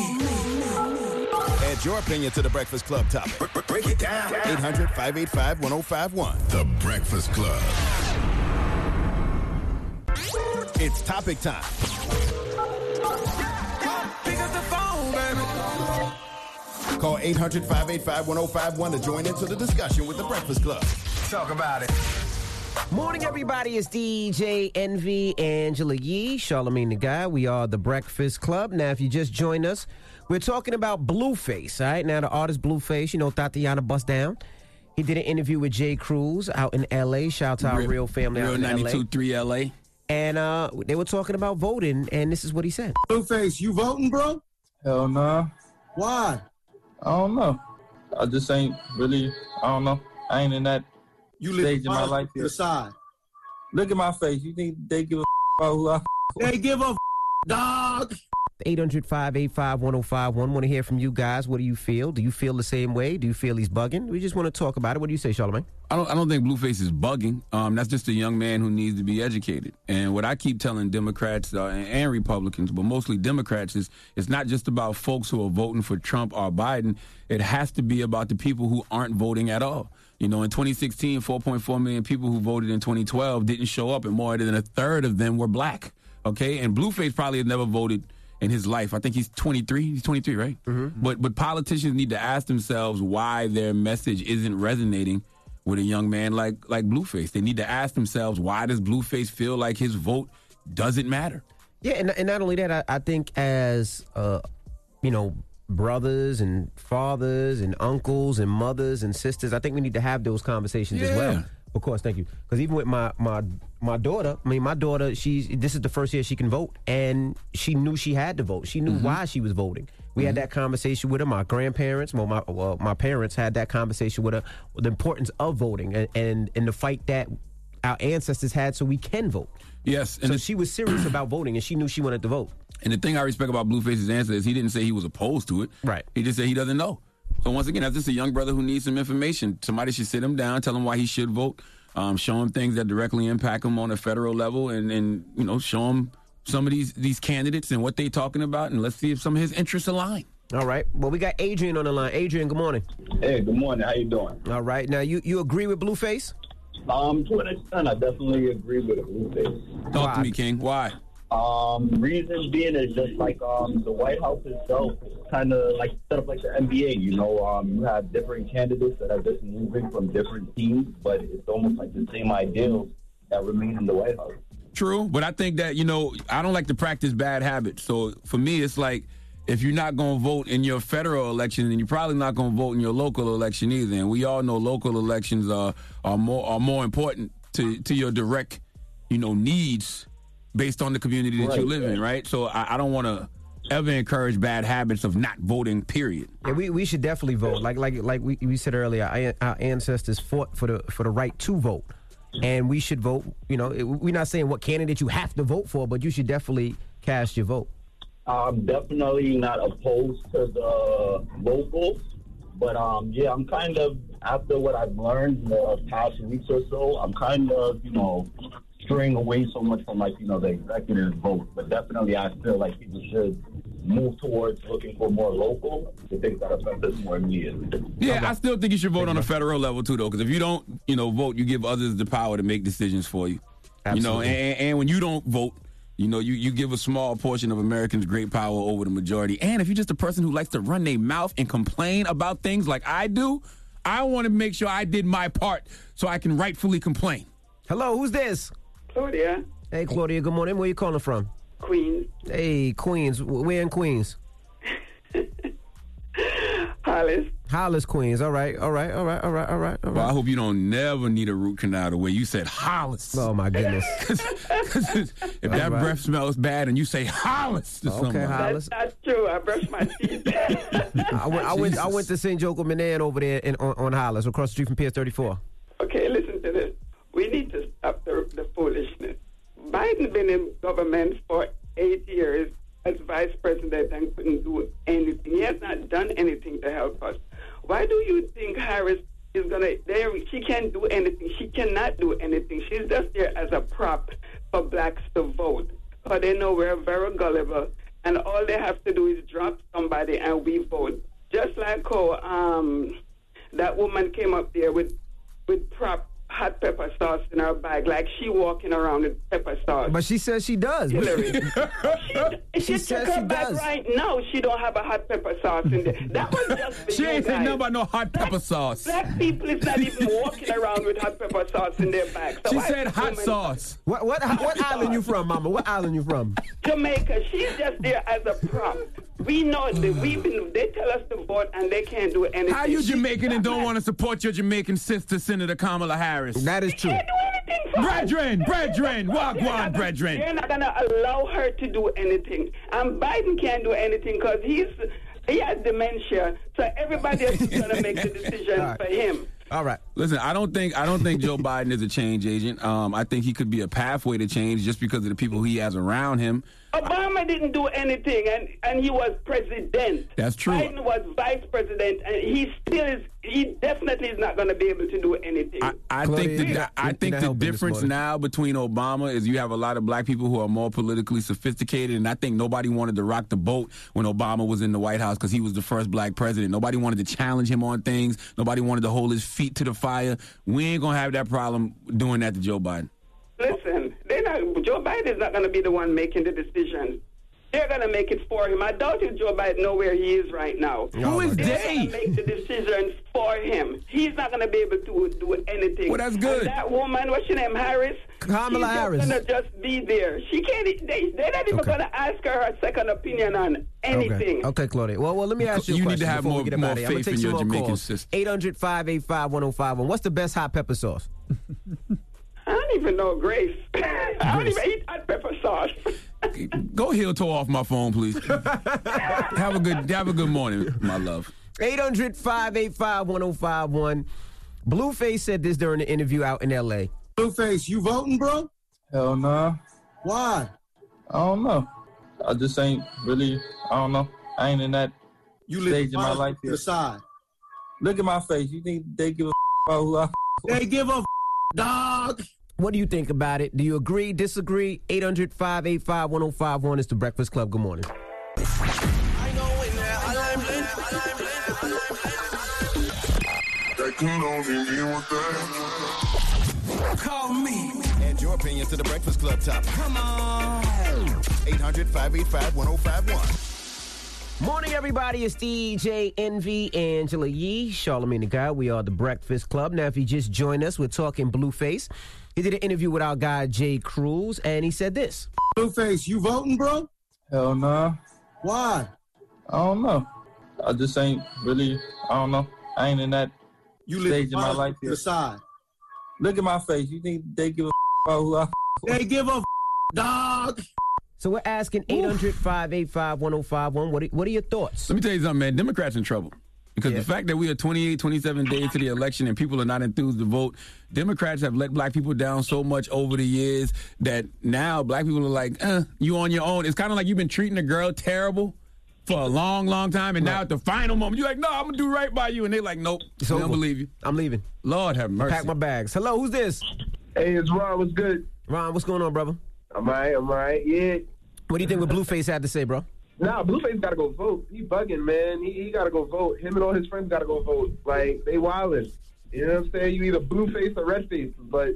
O: Add your opinion to the Breakfast Club topic. break it down. 800 585 1051. The Breakfast Club. It's topic time.
H: Pick up the phone, baby.
O: Call 800 585 1051 to join into the discussion with the Breakfast Club. Talk about it.
D: Morning, everybody. It's DJ NV Angela Yee, Charlemagne the Guy. We are the Breakfast Club. Now, if you just joined us, we're talking about Blueface. All right, now the artist Blueface, you know, Tatiana Bust Down. He did an interview with Jay Cruz out in LA. Shout out to our real, family
F: Real
D: out in LA.
F: 92.3 LA.
D: And uh, they were talking about voting, and this is what he said.
N: Blueface, you voting, bro? Hell nah. Why? I don't know. I just ain't really. I don't know. I ain't in that you stage in my life yet. Decide. Look at my face. You think they give a about who I? They give a dog.
D: 800 585 1051. Want to hear from you guys. What do you feel? Do you feel the same way? Do you feel he's bugging? We just want to talk about it. What do you say, Charlemagne?
F: I don't. I don't think Blueface is bugging. Um, that's just a young man who needs to be educated. And what I keep telling Democrats uh, and, and Republicans, but mostly Democrats, is it's not just about folks who are voting for Trump or Biden. It has to be about the people who aren't voting at all. You know, in 2016, 4.4 million people who voted in 2012 didn't show up, and more than a third of them were black. Okay, and Blueface probably had never voted in his life. I think he's 23. He's 23, right?
D: Mm-hmm.
F: But but politicians need to ask themselves why their message isn't resonating with a young man like like Blueface. They need to ask themselves why does Blueface feel like his vote doesn't matter?
D: Yeah, and, and not only that, I, I think as uh, you know, brothers and fathers and uncles and mothers and sisters, I think we need to have those conversations as
F: Yeah.
D: well. Of course, thank you. Because even with my my my daughter, I mean, my daughter, she's this is the first year she can vote, and she knew she had to vote. She knew why she was voting. We had that conversation with her. My grandparents, well, my well, my parents had that conversation with her. The importance of voting and and, and the fight that our ancestors had so we can vote.
F: Yes,
D: and so she was serious about voting, and she knew she wanted to vote.
F: And the thing I respect about Blueface's answer is he didn't say he was opposed to it. Right. He just said he doesn't know. So once again, that's just a young brother who needs some information. Somebody should sit him down, tell him why he should vote, um, show him things that directly impact him on a federal level, and and you know show him some of these these candidates and what they're talking about, and let's see if some of his interests align.
D: All right. Well, we got Adrian on the line. Uh, Adrian, good morning.
P: Hey, good morning. How you doing?
D: All right. Now, you you agree with Blueface?
P: Um, to an extent, I definitely agree with Blueface.
F: Talk to me, King. Why?
P: Um, reason being is just like um, the White House itself kind of like set up like the NBA. You know, um, you have different candidates that are just moving from different teams, but it's almost like the same ideals that remain in the White House.
F: True, but I think that you know I don't like to practice bad habits. So for me, it's like if you're not going to vote in your federal election, then you're probably not going to vote in your local election either. And we all know local elections are are more are more important to to your direct you know needs based on the community that you
D: Right,
F: live in, right? So I, I don't want to ever encourage bad habits of not voting. Period.
D: Yeah, we, we should definitely vote. Like like like we, we said earlier, our, our ancestors fought for the for the right to vote, and we should vote. You know, it- we're not saying what candidate you have to vote for, but you should definitely cast your vote.
P: I'm definitely not opposed to the local, but um, yeah, I'm kind of after what I've learned in the past weeks or so, I'm kind of you know straying away so much from like you know the executive vote, but definitely I feel like people should move towards looking for more local to things that affect us more immediately.
F: Yeah, I still think you should vote on a federal level too, though, because if you don't, you know, vote, you give others the power to make decisions for you. You know,
D: Absolutely.
F: and, and when you don't vote, you know, you, you give a small portion of Americans great power over the majority. And if you're just a person who likes to run their mouth and complain about things like I do, I want to make sure I did my part so I can rightfully complain.
D: Hello, who's this?
Q: Claudia,
D: Hey, Claudia, good morning. Where you calling from?
Q: Queens,
D: Hey, Queens. W- Where in Queens?
Q: Hollis.
D: Hollis, Queens. All right, all right, all right, all right, all right. All
F: Well, I hope you don't never need a root canal the way you said Hollis.
D: Oh my goodness!
F: if that
D: All right.
F: breath smells bad and you say Hollis to
D: Okay,
F: someone,
D: Hollis.
Q: That's true. I brushed my
D: I went, I went, I went to St. Joko Manan over there in, on, on Hollis, across the street from Pier 34.
Q: Okay, listen to this. We need to stop the, the foolishness. Biden been in government for eight years as vice president and couldn't do anything. He has not done anything to help us. Why do you think Harris is gonna? There, she can't do anything. She cannot do anything. She's just there as a prop for blacks to vote. Because they know we're very gullible, and all they have to do is drop somebody and we vote. Just like how um, that woman came up there with with prop hot pepper sauce in her bag, like she walking around with pepper sauce.
D: But she says she does.
Q: she she took her bag right now. She don't have a hot pepper sauce in there. That was just for
F: she
Q: you
F: ain't saying
Q: guys.
F: nothing about no hot pepper sauce.
Q: Black people is not even walking around with hot pepper sauce in their bags. So
F: She
Q: why
F: said
Q: do
F: hot
Q: women-
F: sauce.
D: What what what island you from, Mama? What island you from?
Q: Jamaica, she's just there as a prop. We know that we've been. They tell us to vote and they can't do anything.
F: How you Jamaican and don't want to support your Jamaican sister, Senator Kamala Harris?
D: That is true.
F: Brethren, brethren, wagwan,
Q: They're
F: brethren.
Q: not gonna allow her to do anything, and Biden can't do anything because he's he has dementia. So everybody else is gonna make the decision for him.
D: All right.
F: Listen, I don't think I don't think Joe Biden is a change agent. Um, I think he could be a pathway to change just because of the people he has around him.
Q: Obama didn't do anything, and and he was president.
F: That's true.
Q: Biden was vice president, and he still is. He definitely is not gonna be able to do anything.
F: I think the I think the difference now between Obama is you have a lot of black people who are more politically sophisticated, and I think nobody wanted to rock the boat when Obama was in the White House because he was the first black president. Nobody wanted to challenge him on things. Nobody wanted to hold his feet to the fire. We ain't gonna have that problem doing that to Joe Biden.
Q: Listen, they're not. Joe Biden is not gonna be the one making the decision. They're gonna make it for him. I doubt if Joe Biden know where he is right now.
F: Who is
Q: They're gonna make the decision for for him. He's not going to be able to do anything.
F: Well, that's good.
Q: And that woman, what's her name, Harris?
F: Kamala
Q: She's
F: Harris.
Q: going to just be there. She can't. They, they're not even going to ask her her second opinion on anything.
D: Okay. okay, Claudia. Well, well, let me ask you.
F: You
D: a
F: need to
D: question
F: have
D: before we
F: more-
D: get up
F: more
D: out of here. I'm gonna
F: faith
D: take
F: in
D: some
F: your
D: more
F: Jamaican
D: calls.
F: sister.
D: 800-585-1051. What's the best hot pepper sauce?
Q: I don't even know Grace. I don't even eat hot pepper sauce.
F: Go heel toe off my phone, please. have a good have a good morning, my love.
D: 800-585-1051. Blueface said this during the interview out in L.A.
N: Blueface, you voting, bro? Hell nah. Why? I don't know. I just ain't really. I don't know. I ain't in that you
D: live
N: stage in my
D: life
N: life
D: to
N: yet. Side. Look at my face. You think they give a about who I? They give a
D: Dog. What do you think about it? Do you agree, disagree? 800-585-1051. It's the Breakfast Club. Good morning.
M: Call me. Add your opinion to the Breakfast Club topic. Come on. 800 585 1051.
D: Morning, everybody. It's DJ NV, Angela Yee, Charlamagne the Guy. We are the Breakfast Club. Now, if you just joined us, we're talking Blueface. He did an interview with our guy Jay Cruz, and he said this.
N: Blueface, you voting, bro? Hell nah. Why? I don't know. I just ain't really. I don't know. I ain't in that you stage in my life yet. Side. Look at my face. You think they give a about who I? They give a dog.
D: So we're asking 800 585 1051. What are- what are your thoughts?
F: Let me tell you something, man. Democrats in trouble. Because the fact that we are 28, 27 days to the election and people are not enthused to vote, Democrats have let black people down so much over the years that now black people are like, eh, you on your own. It's kind of like you've been treating a girl terrible for a long, long time. And now at the final moment, you're like, no, I'm going to do right by you. And they're like, nope, we don't
D: over.
F: believe you.
D: I'm leaving.
F: Lord have mercy.
D: Pack my bags. Hello, who's this?
B: Hey, it's Ron. What's good?
D: Ron, what's going on, brother?
B: Am I? Am I? Yeah.
D: What do you think what Blueface had to say, bro?
B: Nah, Blueface gotta go vote. He bugging, man. He, he gotta go vote. Him and all his friends gotta go vote. Like they wildin'. You know what I'm saying? You either Blueface or Red Face, but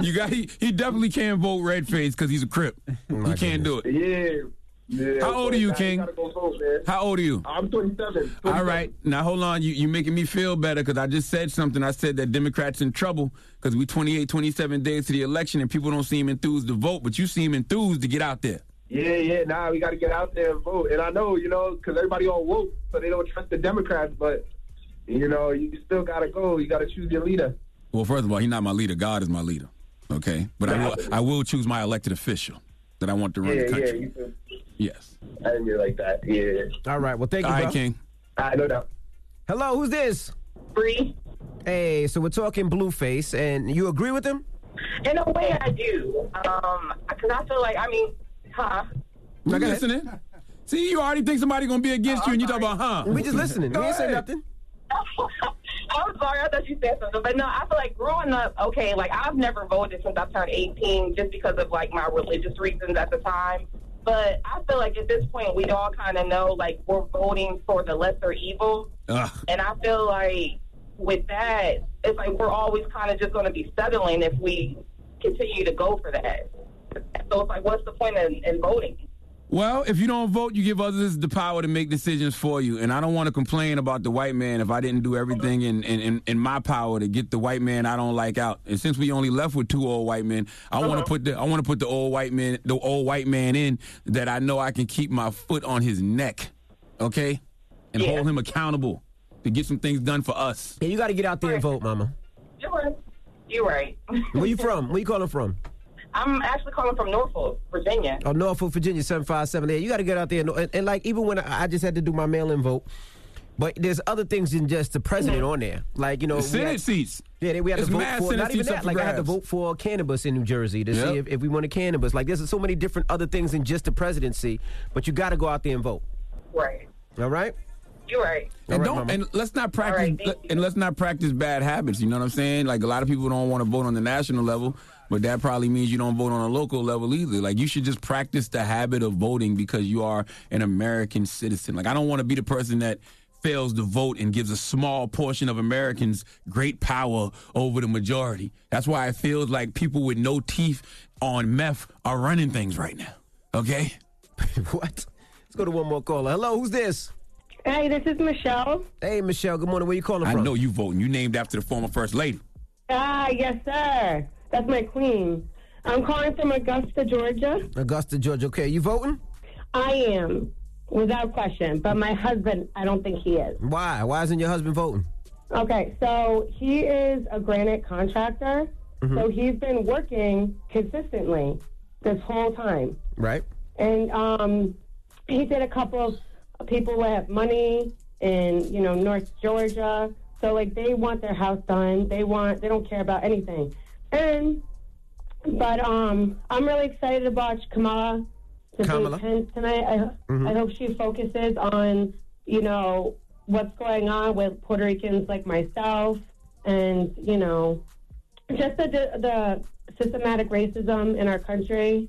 F: you got he, he definitely can't vote red face because he's a crip.
D: Oh
F: he can't do it.
B: yeah. yeah.
F: How old are you,
B: Nah, he
F: King? Uh,
B: gotta go vote, man.
F: How old are you?
B: I'm 27.
F: All right, now hold on. You you making me feel better because I just said something. I said that Democrats in trouble because we 28, 27 days to the election and people don't seem enthused to vote, but you seem enthused to get out there.
B: Yeah, yeah. Nah, we gotta get out there and vote. And I know, you know, because everybody all woke, so they don't trust the Democrats. But you know, you still gotta go. You gotta choose your leader.
F: Well, first of all, he's not my leader. God is my leader. Okay, but I will, I will choose my elected official that I want to run
B: yeah,
F: the
B: yeah.
F: country.
B: You feel-
F: Yes.
B: I didn't really like that. Yeah.
D: All right. Well, thank you,
F: All right,
D: bro.
F: King.
B: All right, no doubt.
D: Hello, who's this?
R: Bree.
D: Hey, so we're talking Blueface, and you agree with him?
R: In a way, I do. Um, because I feel like, I mean, huh?
F: You listening? See, you already think somebody gonna be
B: Uh,
F: against you, and you talk about huh?
R: We just listening. We ain't say
D: nothing.
R: I'm sorry, I thought you said something, but no, I feel like growing up, okay, like I've never voted since I turned 18 just because of like my religious reasons at the time. But I feel like at this point, we all kind of know like we're voting for the lesser evil. And I feel like with that, it's like we're always kind of just going to be settling if we continue to go for that. So it's like, what's the point in, in voting?
F: Well, if you don't vote, you give others the power to make decisions for you. And I don't want to complain about the white man if I didn't do everything in, in, in, in my power to get the white man I don't like out. And since we only left with two old white men, I want to put the I want to put the old white man the old white man in that I know I can keep my foot on his neck, okay, and hold him accountable to get some things done for us.
D: Yeah, you got to get out there and vote, Mama.
R: You're right. You're right.
D: Where you from? Where you calling from?
R: I'm actually calling from Norfolk, Virginia.
D: Oh, Norfolk, Virginia, 757. You got to get out there. And, and, and, like, even when I, I just had to do my mail in vote, but there's other things than just the president on there. Like, you know,
F: The
D: we
F: Senate
D: had-
F: seats.
D: Yeah, they, we had
F: It's
D: to vote
F: mad
D: for,
F: Senate
D: not even
F: seats up
D: that.
F: for
D: Like, I had to
F: grabs.
D: vote for cannabis in New Jersey to
F: Yep.
D: see if, if we wanted cannabis. Like, there's so many different other things than just the presidency, but you got to go out there and vote.
R: Right.
D: All right?
R: You're right.
F: And don't and let's not practice and let's not practice bad habits. You know what I'm saying? Like a lot of people don't want to vote on the national level, but that probably means you don't vote on a local level either. Like you should just practice the habit of voting because you are an American citizen. Like I don't want to be the person that fails to vote and gives a small portion of Americans great power over the majority. That's why it feels like people with no teeth on meth are running things right now. Okay?
D: what? Let's go to one more caller. Hello, who's this?
S: Hey, this is Michelle.
D: Hey, Michelle. Good morning. Where you calling
F: from? I know you voting. You named after the former first lady.
S: Ah, yes, sir. That's my queen. I'm calling from Augusta, Georgia.
D: Augusta, Georgia. Okay, you voting?
S: I am, without question. But my husband, I don't think he is.
D: Why? Why isn't your husband voting?
S: Okay, so he is a granite contractor.
D: Mhm.
S: So he's been working consistently this whole time.
D: Right?
S: And um, he did a couple of people that have money in, you know, North Georgia. So like they want their house done. They want they don't care about anything. And but um I'm really excited to watch Kamala to
D: Kamala.
S: be Pence tonight. I
D: Mhm.
S: I hope she focuses on, you know, what's going on with Puerto Ricans like myself and, you know, just the the systematic racism in our country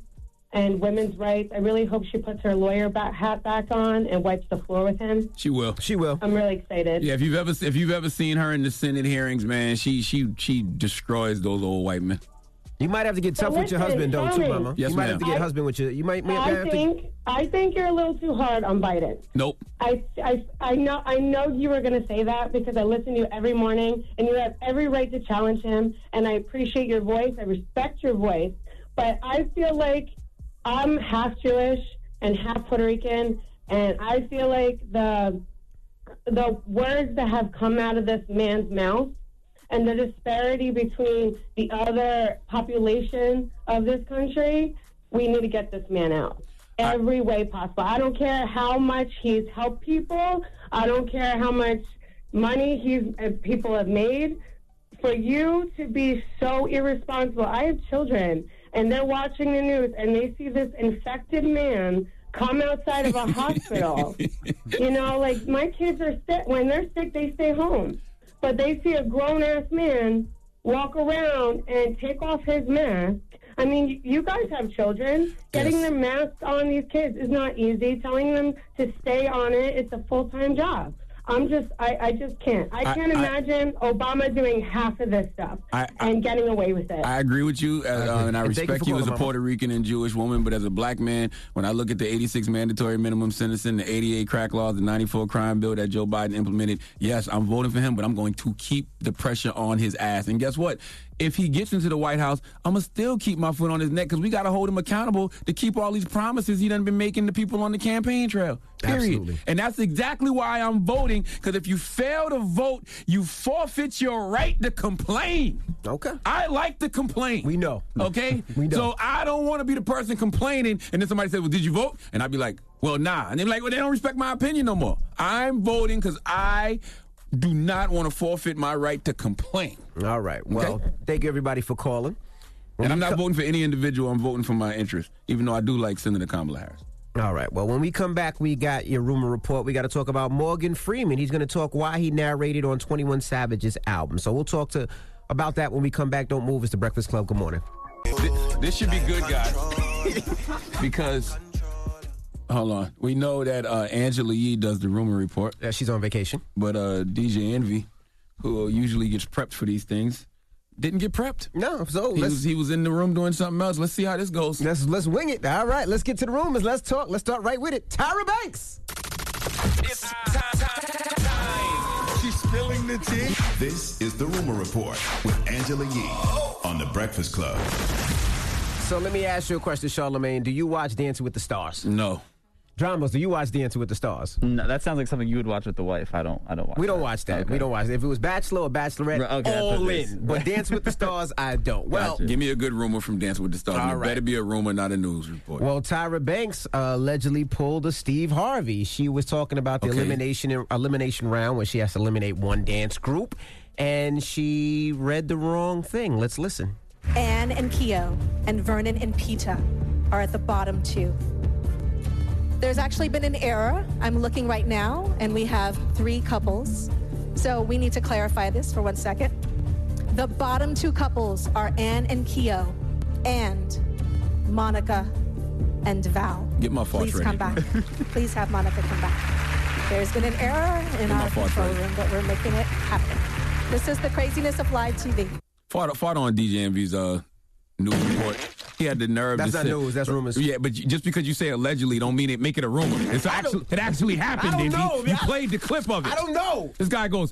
S: and women's rights. I really hope she puts her lawyer back, hat back on and wipes the floor with him.
F: She will.
D: She will.
S: I'm really excited.
F: Yeah, if you've ever if you've ever seen her in the Senate hearings, man, she she she destroys those old white men.
D: You might have to get tough with your husband, though, too, Mama.
F: Yes,
D: you might
F: ma'am.
D: have to get husband with you. You might, may- may
S: I
D: have to
S: think I think you're a little too hard on Biden.
F: Nope.
S: I, I, I know I know you were going to say that because I listen to you every morning, and you have every right to challenge him. And I appreciate your voice. I respect your voice, but I feel like I'm half Jewish and half Puerto Rican, and I feel like the the words that have come out of this man's mouth and the disparity between the other population of this country, we need to get this man out every way possible. I don't care how much he's helped people. I don't care how much money he's uh, people have made. For you to be so irresponsible, I have children, and they're watching the news, and they see this infected man come outside of a hospital. You know, like my kids are sick. When they're sick, they stay home. But they see a grown ass man walk around and take off his mask. I mean, y- you guys have children. Getting the mask on these kids is not easy. Telling them to stay on it, it's a full time job. I'm just, I, I just can't. I
F: I-
S: can't
F: I-
S: imagine Obama doing half of this stuff
F: I,
S: and getting away with it.
F: I agree with you, uh, uh, and I
D: And thank you
F: respect
D: for
F: you, as
D: calling,
F: a
D: Mama.
F: Puerto Rican and Jewish woman. But as a black man, when I look at the 86 mandatory minimum sentencing, the 88 crack laws, the 94 crime bill that Joe Biden implemented, yes, I'm voting for him, but I'm going to keep the pressure on his ass. And guess what? If he gets into the White House, I'm gonna still keep my foot on his neck because we gotta hold him accountable to keep all these promises he done been making to people on the campaign trail. Period.
D: Absolutely.
F: And that's exactly why I'm voting, because if you fail to vote, you forfeit your right to complain.
D: Okay.
F: I like to complain. We
D: know.
F: Okay? we know. So I don't want to be the person complaining, and then somebody says, Well, did you vote? And I'd be like, Well, nah. And they're like, Well, they don't respect my opinion no more. I'm voting because I do not want to forfeit my right to complain.
D: All right. Well, thank you everybody for calling.
F: and I'm not voting for any individual, I'm voting for my interest, even though I do like Senator Kamala Harris.
D: All right. Well, when we come back, we got your rumor report. We got to talk about Morgan Freeman. He's going to talk why he narrated on 21 Savage's album. So we'll talk to about that when we come back. Don't move. It's the Breakfast Club. Good morning.
F: This, this should be good, guys. because hold on, we know that uh, Angela Yee does the rumor report.
D: Yeah, she's on vacation.
F: But uh, DJ Envy, who usually gets prepped for these things, didn't get prepped.
D: No, so
F: he
D: let's-
F: was, he was in the room doing something else. Let's see how this goes.
D: Let's let's wing it. All right. Let's get to the rumors. Let's talk. Let's start right with it. Tyra Banks.
O: She's spilling the tea. This is the Rumor Report with Angela Yee on The Breakfast Club.
D: So let me ask you a question, Charlemagne. Do you watch Dancing with the Stars?
F: No.
D: Dramas, do you watch Dancing with the Stars?
G: No, that sounds like something you would watch with the wife. I don't. I don't watch.
D: we don't watch that. We don't watch that. If it was Bachelor or Bachelorette,
G: Right, okay, that's
D: all
G: what it is.
D: in. But Dance with the Stars, I don't. Well,
F: give me a good rumor from Dance with the Stars.
D: All
F: it
D: right.
F: better be a rumor, not a news report.
D: Well, Tyra Banks uh, allegedly pulled a Steve Harvey. She was talking about the
F: Okay.
D: elimination elimination round where she has to eliminate one dance group, and she read the wrong thing. Let's listen.
T: Anne and Keo and Vernon and Pita are at the bottom two. There's actually been an error. I'm looking right now, and we have three couples. So we need to clarify this for one second. The bottom two couples are Anne and Keo and Monica and Val.
F: Get my farts
T: Please
F: ready.
T: come back. Please have Monica come back. There's been an error
F: Get
T: in
F: my
T: our
F: farts
T: control
F: ready.
T: room, but we're making it happen. This is the craziness of live TV.
F: Fought, fought on DJ Envy's uh, news report. He he had the nerve.
D: That's
F: to
D: not
F: say-
D: news, that's rumors.
F: Yeah, but you- just because you say allegedly, don't mean it. Make it a rumor. It's
D: I
F: actually
D: don't-
F: it actually happened.
D: I don't
F: didn't he?
D: know.
F: You
D: I-
F: played the clip of it.
D: I don't know.
F: This guy goes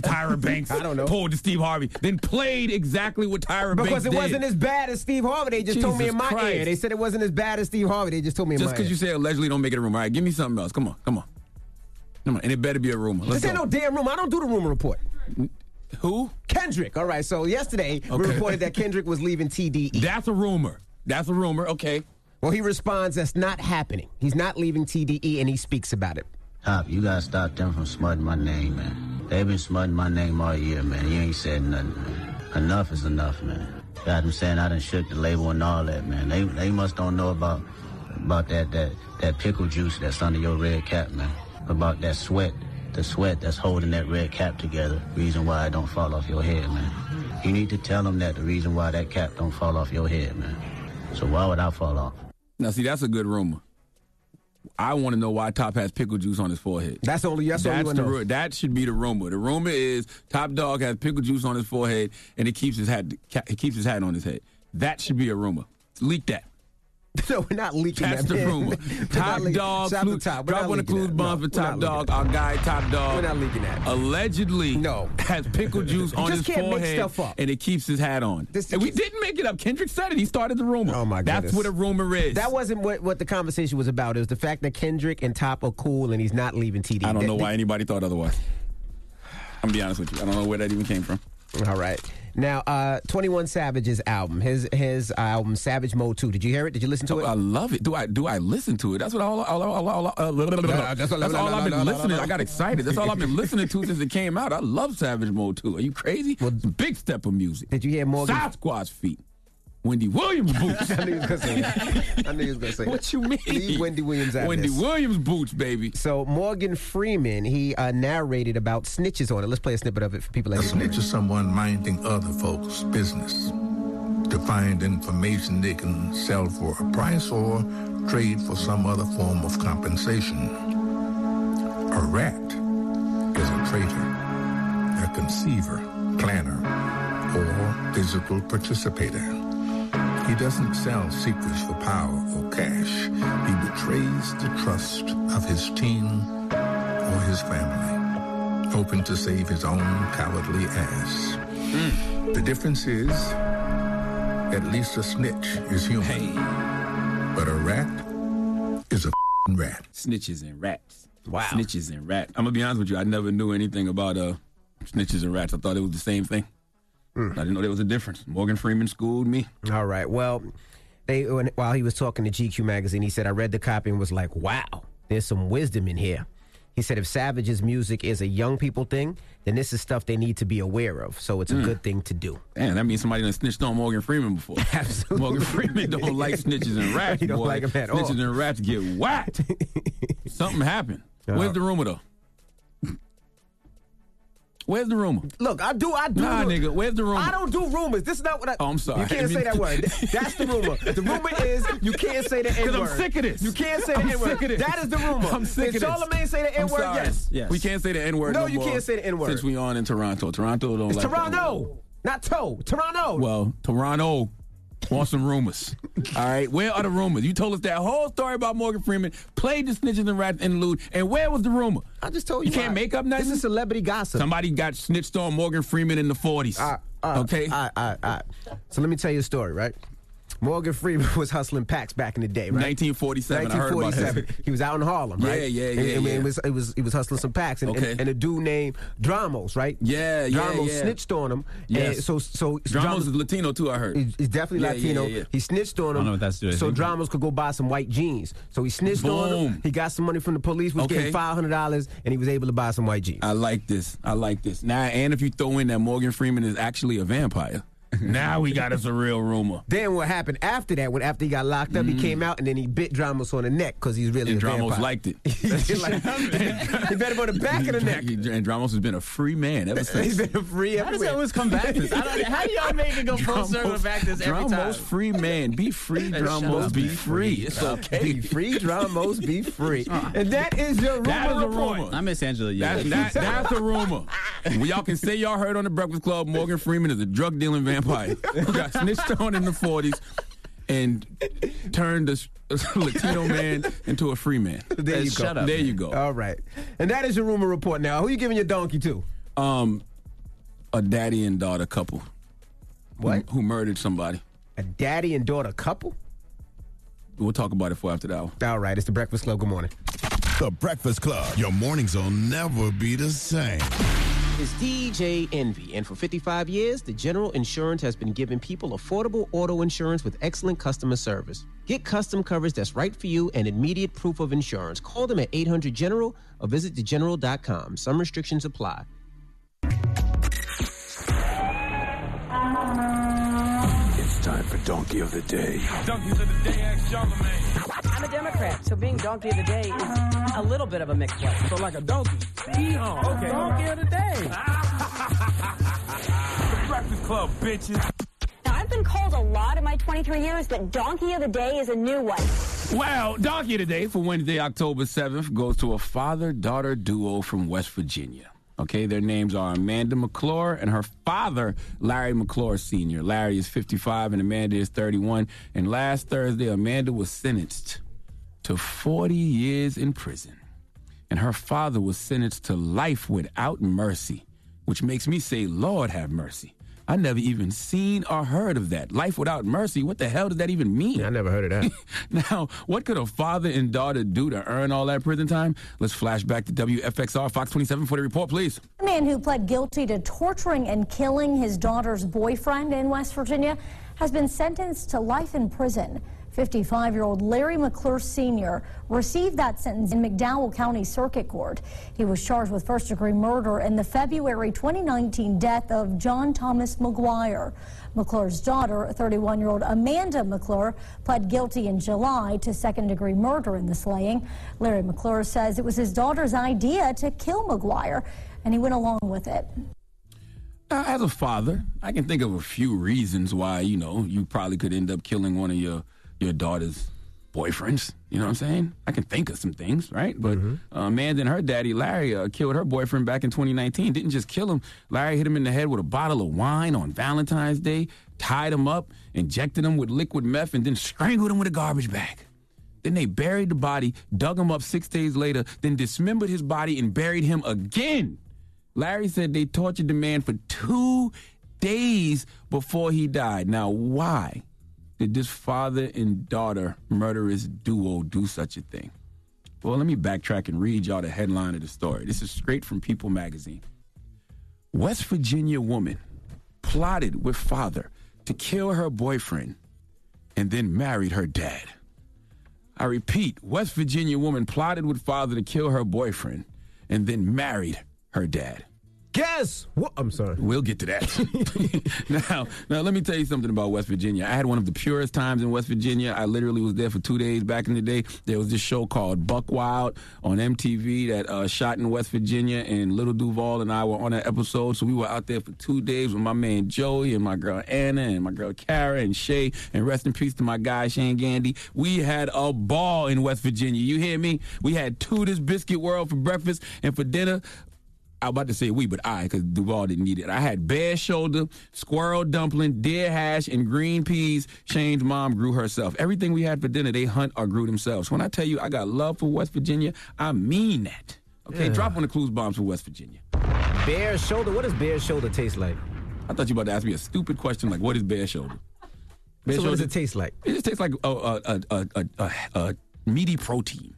F: Tyra Banks. I don't know. Pulled to Steve Harvey, then played exactly what Tyra Banks
D: Because it
F: did.
D: wasn't as bad as Steve Harvey. They just told me
F: Jesus
D: in my ear.
F: Christ.
D: They said it wasn't as bad as Steve Harvey. They just told me in
F: Just
D: my
F: because
D: ear.
F: you say allegedly, don't make it a rumor. All right, give me something else. Come on, come on, come on. And it better be a rumor. Let's
D: this ain't
F: go.
D: no damn rumor. I don't do the rumor report.
F: Who?
D: Kendrick. All right. So yesterday we
F: Okay.
D: reported that Kendrick was leaving TDE.
F: That's a rumor. That's a rumor. Okay.
D: Well, he responds that's not happening. He's not leaving TDE, and he speaks about it.
U: Hop, you gotta stop them from smutting my name, man. They've been smutting my name all year, man. You ain't said nothing, man. Enough is enough, man. God, I'm saying I done shook the label and all that, man. They they must don't know about about that that that pickle juice that's under your red cap, man. About that sweat, the sweat that's holding that red cap together. Reason why it don't fall off your head, man. You need to tell them that the reason why that cap don't fall off your head, man. So why would I fall off?
F: Now, see, that's a good rumor. I want to know why Top has pickle juice on his forehead.
D: That's only that's, all you wanna
F: the
D: know.
F: ru- that should be the rumor. The rumor is Top Dog has pickle juice on his forehead and he keeps his hat ca- he keeps his hat on his head. That should be a rumor. Leak that.
D: No, we're not leaking
F: That's
D: that.
F: the rumor. Top Dog,
D: Shout out
F: Clue-
D: to Top. We're
F: drop
D: not
F: one of
D: leaking
F: Clues
D: that.
F: Bomb
D: No,
F: for
D: we're not
F: Top
D: leaking
F: Dog, our guy Top Dog.
D: We're not leaking that.
F: Allegedly,
D: No.
F: has pickle juice
D: You
F: on
D: just
F: his
D: can't make
F: forehead
D: stuff up.
F: and it keeps his hat on.
D: This-
F: and we didn't make it up. Kendrick said it. He started the rumor. Oh my That's
D: goodness.
F: what a rumor is.
D: That wasn't what, what the conversation was about. It was the fact that Kendrick and Top are cool and he's not leaving TDE.
F: I don't
D: That-
F: know why anybody thought otherwise. I'm gonna be honest with you. I don't know where that even came from.
D: All right. Now, uh, 21 Savage's album, his his album Savage Mode 2. Did you hear it? Did you listen to it?
F: Oh, I love it. Do I do I listen to it? That's what all all all, all, all, uh, blah, blah, blah, blah.
D: that's
F: That's
D: all-
F: all I've
D: blah, blah,
F: been
D: blah,
F: listening.
D: blah.
F: I got excited. That's all I've been listening to since it came out. I love Savage Mode 2. Are you crazy? Big step of music.
D: Did you hear Morgan?
F: Sasquatch feet. Wendy Williams boots. I knew
D: he was gonna say that. I knew he was gonna say
F: What
D: that.
F: you mean?
D: Leave Wendy Williams out of
F: Wendy
D: this.
F: Williams boots, baby.
D: So Morgan Freeman, he uh, narrated about snitches on it. Let's play a snippet of it for people.
V: A
D: Like
V: snitch is someone minding other folks' business to find information they can sell for a price or trade for some other form of compensation. A rat is a traitor, a conceiver, planner, or physical participator. He doesn't sell secrets for power or cash. He betrays the trust of his team or his family hoping to save his own cowardly ass. The difference is, at least a snitch is human, but a rat is a f***ing rat.
F: Snitches and rats. Wow. Snitches and rats. I'm gonna be honest with you. I never knew anything about uh, snitches and rats. I thought it was the same thing.
D: Hmm.
F: I didn't know there was a difference. Morgan Freeman schooled me.
D: All right. Well, they when, while he was talking to GQ magazine, he said, "I read the copy and was like, wow, there's some wisdom in here." He said, "If Savage's music is a young people thing, then this is stuff they need to be aware of. So it's a
F: Mm.
D: good thing to do."
F: Damn, that means somebody done snitched on Morgan Freeman before. Absolutely. Morgan Freeman don't like snitches and rats.
D: He don't
F: boy.
D: like 'em at all.
F: snitches and rats get whacked. Something happened.
D: Uh,
F: Where's the rumor though? Where's the rumor?
D: Look, I do, I do.
F: Nah,
D: rumors.
F: nigga, where's the rumor?
D: I don't do rumors. This is not what I.
F: Oh, I'm sorry.
D: You can't say that word. That's the rumor. The rumor is you can't say the N word.
F: Because I'm sick of this.
D: You can't say the
F: I'm
D: N word.
F: sick of this.
D: That is the rumor.
F: I'm sick
D: Did
F: of this.
D: Charlemagne say the N
F: I'm
D: word?
F: sorry.
D: Yes.
F: We can't say the N word.
D: No,
F: No,
D: you
F: more
D: can't say the N word.
F: Since we on in Toronto, Toronto don't
D: It's
F: like. that.
D: Toronto, not Toe. Toronto.
F: Well, Toronto wants some rumors. All right, where are the rumors? You told us that whole story about Morgan Freeman played the snitches and rats interlude, and where was the rumor?
D: I just told
F: You
D: you
F: can't
D: why.
F: make up
D: This
F: nothing.
D: is celebrity gossip. Ah,
F: Somebody got snitched on Morgan Freeman in the forties. okay.
D: All right, all right, all right. So let me tell you a story, right? Morgan Freeman was hustling packs back in the day, right?
F: 1947, I heard about
D: 1947. He was out in Harlem,
F: Yeah,
D: right?
F: yeah,
D: And-
F: yeah,
D: and
F: yeah.
D: It was, it was, he was hustling some packs, and, and-
F: Okay.
D: and, a dude named Dramos, right?
F: Yeah, yeah,
D: Dramos
F: yeah.
D: snitched on him.
F: Yes.
D: And so, so
F: Dramos is Latino too. I heard.
D: He's he's definitely
F: Yeah, yeah,
D: Latino.
F: yeah, yeah.
D: He snitched on him.
F: I don't know what that's doing.
D: So Dramos could go buy some white jeans. So he snitched on him.
F: Boom.
D: He got some money from the police, was
F: Okay.
D: getting five hundred dollars, and he was able to buy some white jeans.
F: I like this. I like this. Now, and if you throw in that Morgan Freeman is actually a vampire, now we got us a real rumor.
D: Then what happened after that? When after he got locked up, he came out and then he bit Dramos on the neck because he's really
F: Mm. And
D: a
F: Dramos
D: vampire.
F: liked it.
D: He like- he better go to back of the neck.
F: He- And Dramos has been a free man ever since.
D: He's been a free.
G: How does it always come back to this? I don't- how do y'all make it go full circle back to this every
F: Dramos
G: time?
F: free man. Be free,
G: Hey, shut
F: Dramos.
G: up,
F: Be
G: man.
F: free. It's okay.
D: Be free, Dramos. Be free. And that is your rumor.
F: That is a
D: report.
F: rumor.
G: I miss Angela Yee.
F: That, that, that's a rumor. Well, y'all can say y'all heard on the Breakfast Club Morgan Freeman is a drug dealing vampire who got snitched on in the 40s. and turned a, s- a Latino man into a free man.
D: There you go.
F: there you go.
D: All right. And that is your rumor report now. Who you giving your donkey to?
F: Um, a daddy and daughter couple. What? Who, who murdered somebody?
D: A daddy and daughter couple?
F: We'll talk about it for after the hour.
D: All right. It's the Breakfast Club. Good morning.
O: The Breakfast Club. Your mornings will never be the same.
D: It's DJ Envy, and for 55 years, the General Insurance has been giving people affordable auto insurance with excellent customer service. Get custom coverage that's right for you and immediate proof of insurance. Call them at 800 General or visit thegeneral.com. Some restrictions apply.
C: It's time for Donkey of the Day.
I: Donkeys of the day, ask Charlemagne.
W: I'm a Democrat, so being donkey of the day is a little bit of a mixed one. So like a donkey.
I: Yeehaw, okay.
W: Donkey of the day.
I: the Breakfast Club, bitches.
X: Now, I've been called a lot in my 23 years, but Donkey of the Day is a new one.
F: Well, Donkey today for Wednesday, October 7th, goes to a father daughter duo from West Virginia. Okay, their names are Amanda McClure and her father, Larry McClure Sr. Larry is 55 and Amanda is 31. And last Thursday, Amanda was sentenced to 40 years in prison. And her father was sentenced to life without mercy, which makes me say, Lord have mercy. I never even seen or heard of that. Life without mercy. What the hell does that even mean? I never heard of that. now, what could a father and daughter do to earn all that prison time? Let's flash back to WFXR Fox 27 for the report, please.
X: The man who pled guilty to torturing and killing his daughter's boyfriend in West Virginia has been sentenced to life in prison. 55 year old Larry McClure Sr. received that sentence in McDowell County Circuit Court. He was charged with first degree murder in the February 2019 death of John Thomas McGuire. McClure's daughter, 31 year old Amanda McClure, pled guilty in July to second degree murder in the slaying. Larry McClure says it was his daughter's idea to kill McGuire, and he went along with it.
F: Now, Uh, as a father, I can think of a few reasons why, you know, you probably could end up killing one of your, your daughter's boyfriends. You know what I'm saying? I can think of some things, right? But uh, Amanda and her daddy, Larry, uh, killed her boyfriend back in 2019. Didn't just kill him. Larry hit him in the head with a bottle of wine on Valentine's Day, tied him up, injected him with liquid meth, and then strangled him with a garbage bag. Then they buried the body, dug him up six days later, then dismembered his body and buried him again. Larry said they tortured the man for two days before he died. Now, why did this father and daughter murderous duo do such a thing? Well, let me backtrack and read y'all the headline of the story. This is straight from People magazine. West Virginia woman plotted with father to kill her boyfriend and then married her dad. I repeat, West Virginia woman plotted with father to kill her boyfriend and then married her dad.
D: Guess what? I'm sorry.
F: We'll get to that. now, now let me tell you something about West Virginia. I had one of the purest times in West Virginia. I literally was there for two days back in the day. There was this show called Buck Wild on MTV that uh, shot in West Virginia, and Little Duval and I were on that episode. So we were out there for two days with my man Joey and my girl Anna and my girl Kara and Shay. And rest in peace to my guy Shane Gandy. We had a ball in West Virginia. You hear me? We had Tudor's Biscuit World for breakfast and for dinner. I'm about to say we, but I, because Duval didn't need it. I had bear shoulder, squirrel dumpling, deer hash, and green peas. Shane's mom grew herself. Everything we had for dinner, they hunt or grew themselves. When I tell you I got love for West Virginia, I mean that. Okay,
D: Yeah.
F: drop on the clues bombs for West Virginia.
D: Bear shoulder. What does bear shoulder taste like?
F: I thought you were about to ask me a stupid question like, what is bear shoulder?
D: So what does it taste like?
F: It just tastes like a, a, a, a, a, a meaty protein.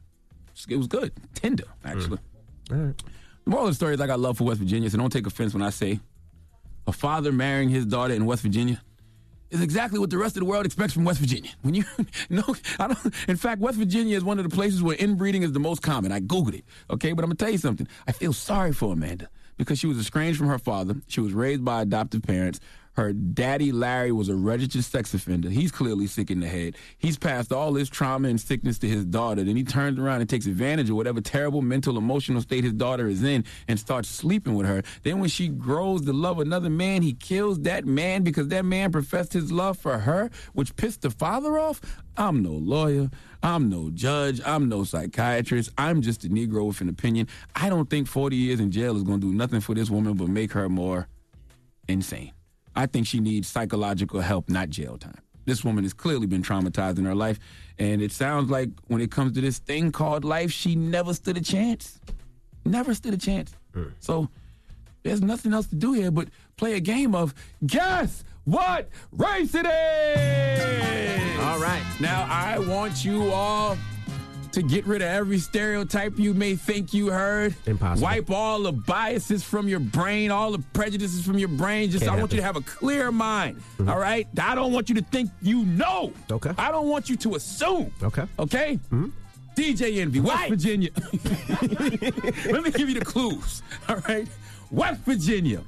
F: It was good, tender, actually.
D: Mm.
F: The moral of the story is I got love for West Virginia, so don't take offense when I say a father marrying his daughter in West Virginia is exactly what the rest of the world expects from West Virginia. When you no, I don't. In fact, West Virginia is one of the places where inbreeding is the most common. I googled it. Okay, but I'm gonna tell you something. I feel sorry for Amanda because she was estranged from her father. She was raised by adoptive parents. Her daddy Larry was a registered sex offender. He's clearly sick in the head. He's passed all his trauma and sickness to his daughter. Then he turns around and takes advantage of whatever terrible mental, emotional state his daughter is in and starts sleeping with her. Then when she grows to love another man, he kills that man because that man professed his love for her, which pissed the father off. I'm no lawyer. I'm no judge. I'm no psychiatrist. I'm just a Negro with an opinion. I don't think 40 years in jail is going to do nothing for this woman but make her more insane. I think she needs psychological help, not jail time. this woman has clearly been traumatized in her life. And it sounds like when it comes to this thing called life, she never stood a chance. Never stood a chance. So there's nothing else to do here but play a game of guess what race it is. All right. Now I want you all to get rid of every stereotype you may think you heard.
D: Impossible.
F: Wipe all the biases from your brain, all the prejudices from your brain. Just
D: Can't
F: I want you to have
D: happen. Mm-hmm.
F: a clear mind. all right. I don't want you to think you know. Okay. I don't want you to assume.
D: Okay. Mm-hmm.
F: Okay. DJ Envy, West Virginia. Let me give you the clues. All right. West Virginia.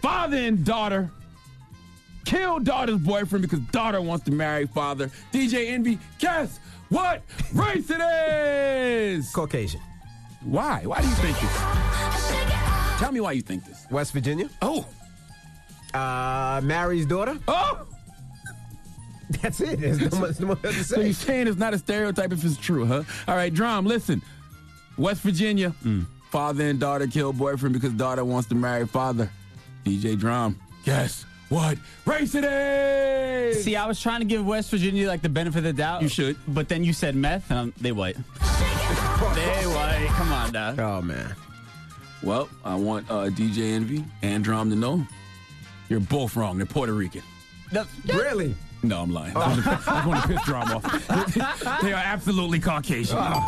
F: Father and daughter kill daughter's boyfriend because daughter wants to marry father. DJ Envy, guess what race it is?
D: Caucasian.
F: Why? Why do you think this? Tell me why you think this.
D: West Virginia.
F: Oh.
D: Uh, Mary's daughter.
F: Oh.
D: That's it. There's no much, no much else to
F: So
D: say.
F: you're saying it's not a stereotype if it's true, huh? All right, Drum, listen. West Virginia,
D: Mm.
F: father and daughter kill boyfriend because daughter wants to marry father. DJ Drum, guess what race it is?
G: See, I was trying to give West Virginia like the benefit of the doubt. You
F: should,
G: but then you said meth, and I'm, they white. they white. Come on now.
D: Oh man.
F: Well, I want uh, DJ Envy and Drum to know you're both wrong. They're Puerto Rican.
D: really? Oh.
F: No, I'm lying. I was gonna- I was going to piss Drum off. they are absolutely Caucasian.
D: Oh.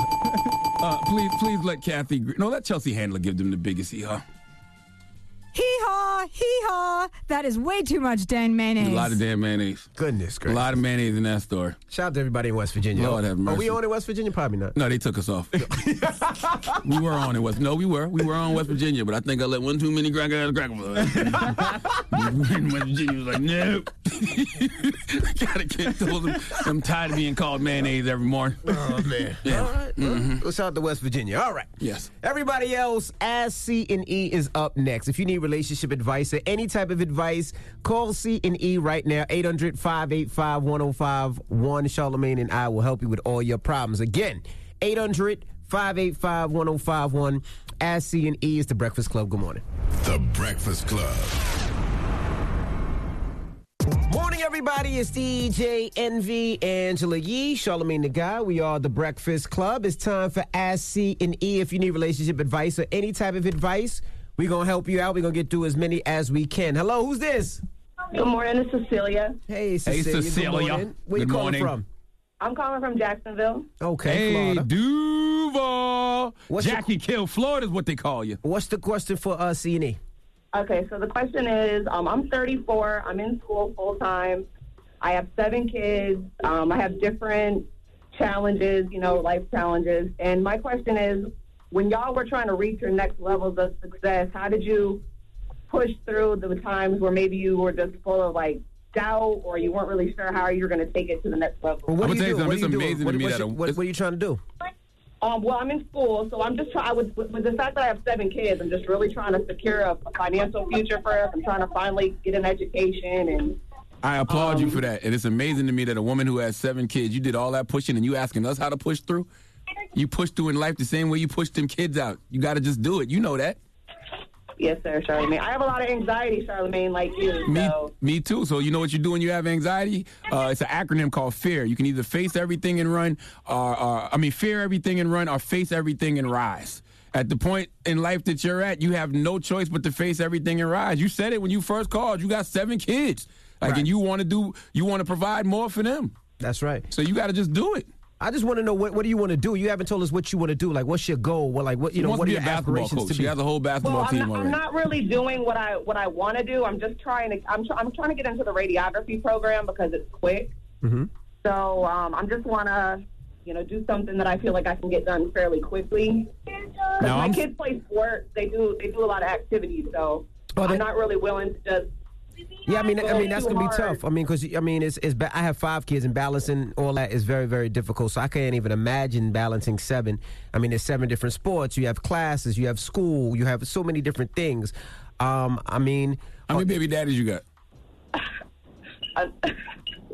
F: Uh, please, please let Kathy. Gre- No, let Chelsea Handler give them the biggest E hee haw.
A: Hee haw, hee haw. That is way too much Dan mayonnaise.
F: A lot of damn mayonnaise.
D: Goodness
F: A lot of mayonnaise in that store.
D: Shout out to everybody in West Virginia.
F: Lord have mercy.
D: Are we on in West Virginia? Probably not.
F: No, they took us off. we were on in West. No, we were. We were on West Virginia, but I think I let one too many crackers crack. And West Virginia was like, nope. Gotta get those. I'm tired of being called mayonnaise every morning. Mm-hmm.
D: Oh man. All right. Let's out to West Virginia. All right.
F: Yes.
D: Everybody else, Ask C and E is up next. If you need relationship advice or any type of advice, call C and E right now. 800-585-1051. Charlemagne and I will help you with all your problems. Again, 800-585-1051. Ask C and E is the Breakfast Club. Good morning.
O: The Breakfast Club.
D: Morning, everybody. It's DJ NV Angela Yee, Charlemagne the Guy. We are the Breakfast Club. It's time for Ask C and E. If you need relationship advice or any type of advice, we're gonna help you out. We're gonna get through as many as we can. Hello, who's this?
R: Good morning, it's Cecilia.
D: Hey, Cecilia. Good morning. Where you calling from?
R: I'm calling from Jacksonville.
D: Okay,
F: Hey,
D: Florida.
F: Duval. Jackie Kill Florida is what they call you.
D: What's the question for uh, C and E?
R: Okay, so the question is um, I'm 34, I'm in school full time, I have seven kids, um, I have different challenges, you know, life challenges. And my question is when y'all were trying to reach your next levels of success, how did you push through the times where maybe you were just full of like doubt or you weren't really sure how you were going to take it to the next level?
D: What
F: I'ma
D: do
F: tell you
D: you do?
F: something,
D: What do
F: it's
D: you do?
F: amazing
D: What-
F: to me
D: what's
F: that
D: your-
F: a-
D: what, what are you trying to do?
R: Um, well, I'm in school, so I'm just trying. With, with the fact that I have seven kids, I'm just really trying to secure a, a financial future for us. I'm trying to finally get an education, and
F: I applaud
D: Um,
F: you for that. And it's amazing to me that a woman who has seven kids, you did all that pushing and you asking us how to push through. You push through in life the same way you push them kids out. You got to just do it. You know that.
R: yes, sir, Charlemagne. I have a lot of anxiety, Charlemagne, like you.
F: Me,
R: So
F: me too. So you know what you do when you have anxiety? Uh, it's an acronym called FEAR. You can either face everything and run, or, or I mean, fear everything and run, or face everything and rise. At the point in life that you're at, you have no choice but to face everything and rise. You said it when you first called. You got seven kids, like, and you want to do, you want to provide more for them.
D: That's right.
F: So you got to just do it.
D: I just want to know what, what do you want to do? You haven't told us what you want to do. Like, what's your goal? What like what you
F: She
D: know?
F: wants
D: What are
F: to
D: your
F: be a basketball
D: aspirations
F: coach.
D: to
F: She
D: be?
F: has a whole basketball
R: well, I'm
F: team
R: not,
F: already.
R: I'm not really doing what I what I want to do. I'm just trying to. I'm try, I'm trying to get into the radiography program because it's quick.
D: Mhm.
R: So um, I'm just want to, you know, do something that I feel like I can get done fairly quickly. 'Cause
D: Now,
R: my
D: I'm-
R: kids play sports; they do they do a lot of activities. So
D: Oh, they-
R: I'm not really willing to just.
D: Yeah, I mean, I
R: go
D: mean that's
R: too
D: gonna be
R: hard.
D: tough. I mean, because I mean, it's, it's ba- I have five kids, and balancing all that is very, very difficult. So I can't even imagine balancing seven. I mean, there's seven different sports. You have classes, you have school, you have so many different things. Um, I mean, uh,
F: how many baby daddies you got?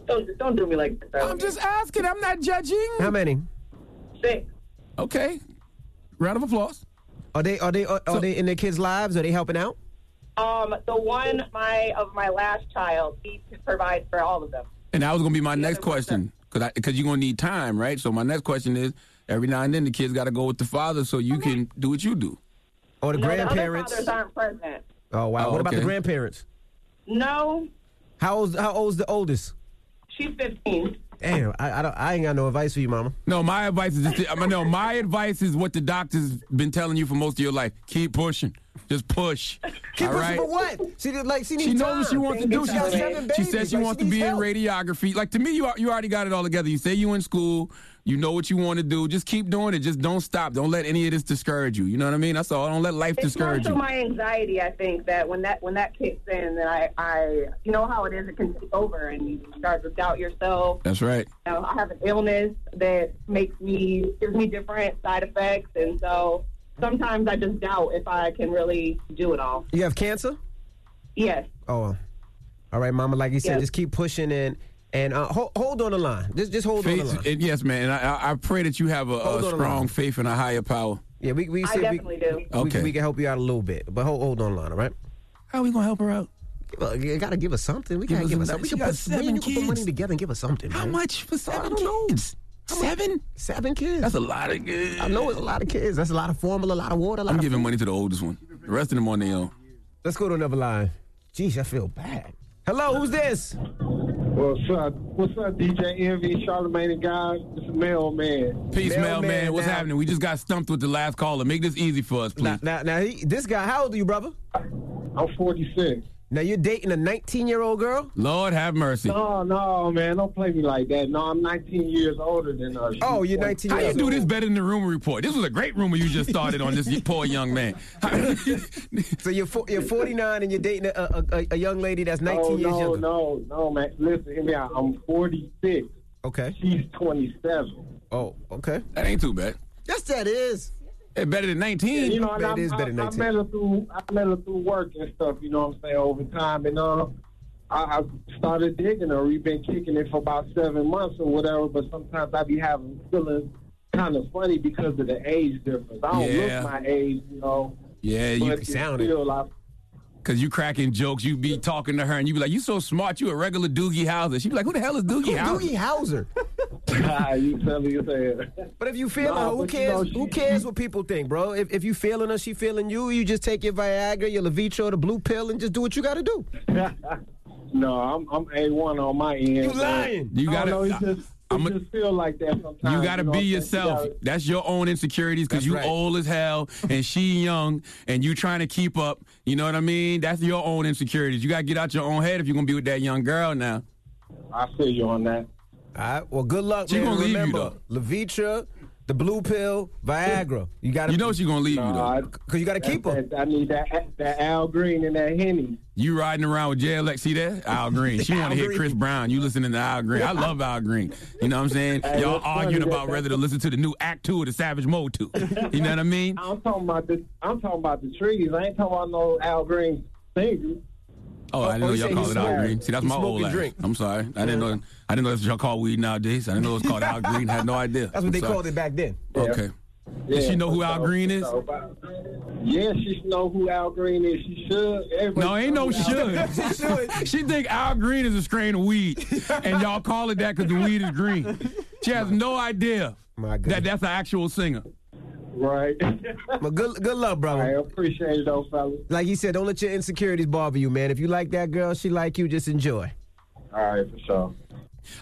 R: Don't don't do me like that.
F: I'm just asking. I'm not judging.
D: How many?
R: Six.
F: Okay. Round of applause.
D: Are they are they are, are they in their kids' lives? Are they helping out?
R: Um, the one my of my last child, he provides for all of them.
F: And that was gonna be my next question, because because you're gonna need time, right? So my next question is: every now and then the kids got to go with the father, so you can do what you do.
D: Or
R: No, The other fathers aren't present.
D: Oh wow!
F: Oh,
D: what about the
F: okay.
D: grandparents?
R: No,
D: How old? How old's the oldest?
R: she's 15.
D: Damn, I I, don't, I ain't got no advice for you, mama.
F: No, my advice is just, I mean, no, my advice is what the doctor's been telling you for most of your life. Keep pushing. Just push.
D: Keep
F: All
D: pushing
F: right?
D: for what? She did like she needs
F: She knows what she
D: time.
F: wants to do.
D: She got seven babies.
F: She says she
D: Like,
F: wants to
D: needs
F: be
D: help.
F: in radiography. Like to me, you are, you already got it all together. You say you in school. You know what you want to do. Just keep doing it. Just don't stop. Don't let any of this discourage you. You know what I mean? That's all. Don't let life
R: It's more
F: discourage
R: so
F: you.
R: my anxiety. I think that when that when that kicks in, then I I you know how it is. It can take over and you start to doubt yourself.
F: That's right.
R: you know, I have an illness that makes me gives me different side effects, and so sometimes I just doubt if I can really do it all.
D: You have cancer?
R: Yes.
D: Oh, well. all right, Mama. Like you said,
R: Yes.
D: just keep pushing and and uh, hold, hold on the line. Just just hold on the line.
F: Faith, and yes, man. And I, I- I pray that you have a,
D: Hold
F: a
D: on a
F: uh, strong
D: minute.
F: faith in a higher power.
D: Yeah, we we
F: I
D: said
F: definitely
D: we,
F: do.
D: we-
F: Okay.
D: we, can help you out a little bit, but hold, hold on the line, all right?
F: How are we gonna help her out?
D: Well, you gotta give us something. We
F: Give
D: gotta
F: us
D: give
F: some-
D: us something. We
F: she
D: can
F: got
D: put,
F: seven
D: man, you can put money
F: kids.
D: together and give us something.
F: How
D: man.
F: much for seven kids? Seven?
D: Seven kids.
F: That's a lot of kids.
D: I know it's a lot of kids. That's a lot of formula, a lot of water, a lot
F: I'm
D: of
F: giving money to the oldest one. The rest of them on their own.
D: Let's go to another line. Jeez, I feel bad. Hello, who's this?
B: What's up? What's up, DJ Envy, Charlemagne and guys? It's Mailman.
F: Peace, mailman. What's happening? We just got stumped with the last caller. Make this easy for us, please.
D: Now, now, now he, this guy, how old are you, brother?
B: I'm 46.
D: Now you're dating a 19 year old girl?
F: Lord have mercy.
B: No, no, man, don't play me like that. No, I'm 19 years older than us.
D: Oh, you're 19
F: How
D: years
F: you
D: old.
F: do this better than the rumor report? This was a great rumor you just started on this poor young man.
D: so you're fo- you're 49 and you're dating a, a, a, a young lady that's 19
B: oh,
D: years
B: no,
D: younger.
B: No, no, man. Listen, hear me out. I'm 46.
D: Okay.
B: She's 27.
D: Oh, okay.
F: That ain't too bad.
D: Yes, that is.
F: It's better than 19.
B: You know, and
D: Man,
B: I,
D: it is
B: I-
D: better than
B: I
D: 19.
B: met her through I met her through work and stuff. You know what I'm saying? Over time and uh, I, I started digging her. We've been kicking it for about seven months or whatever. But sometimes I be having feelings kind of funny because of the age difference. I don't
F: Yeah.
B: look my age, you know.
F: Yeah, you
B: but it's
F: sound it.
B: still, I,
F: Cause you cracking jokes, you be talking to her, and you be like, "You so smart, you a regular Doogie Howser." She be like, "Who the hell is Doogie Howser?"
D: Doogie Howser.
B: Ah, you tell me you're saying.
D: But if you feel
B: Nah,
D: her, who
B: but you
D: cares?
B: know,
D: who
B: she-
D: cares what people think, bro? If, if you feeling her, she feeling you. You just take your Viagra, your Levitra, the blue pill, and just do what you got to do.
B: No, I'm I'm a one on my end.
D: You
B: but
D: lying.
F: You
B: I
F: gotta-
B: don't know, it's just,
F: I'm
B: it just feel like that sometimes.
F: You gotta
B: know what
F: be
B: I'm saying?
F: yourself.
B: You
F: That's your own insecurities because you old as hell and she young and you trying to keep up. You know what I mean? That's your own insecurities. You gotta get out your own head if you're gonna be with that young girl now.
B: gotta- I feel you on that.
D: All right. Well, good luck,
F: She
D: man.
F: gonna leave you,
D: Remember, Levitra, the blue pill, Viagra. You got. You know
F: she gonna leave
B: you
F: though,
D: because you gotta keep her.
B: I need that that Al Green and that Henny.
F: You riding around with JLX, see that? Al Green. She want
B: Al
F: to hear
B: Green.
F: Chris Brown. You listening to Al Green. I love Al Green. You know what I'm saying?
B: Hey,
F: Y'all
B: that's funny
F: arguing
B: that-
F: about whether to listen to the new Act 2 or the Savage Mode 2. You know what I mean?
B: I'm talking about the I'm talking about the trees. I ain't talking about no Al Green singers.
F: Oh, I didn't
B: Oh,
F: know
B: you
F: y'all
B: say
F: called
B: he
F: it Al
B: smoke.
F: Green. See, that's
B: He
F: my
B: smoke
F: old
B: and
F: ass.
B: drink.
F: I'm sorry. I didn't know. I didn't know that's what y'all call weed nowadays. I didn't know it was called Al Green. had no idea.
D: That's what
F: I'm
D: they
F: sorry.
D: called it back then.
F: Okay. Does she know who Al Green is?
B: Yeah, she know who Al Green is. She should. Everybody
F: No, ain't no
B: knows Al Green.
F: should. She think Al Green is a strain of weed, and y'all call it that because the weed is green. She has no idea that that's an actual singer.
B: Right.
D: But good, good luck, brother. I
B: appreciate it, though, fellas.
D: Like you said, don't let your insecurities bother you, man. If you like that girl, she like you. Just enjoy.
B: All right, for sure.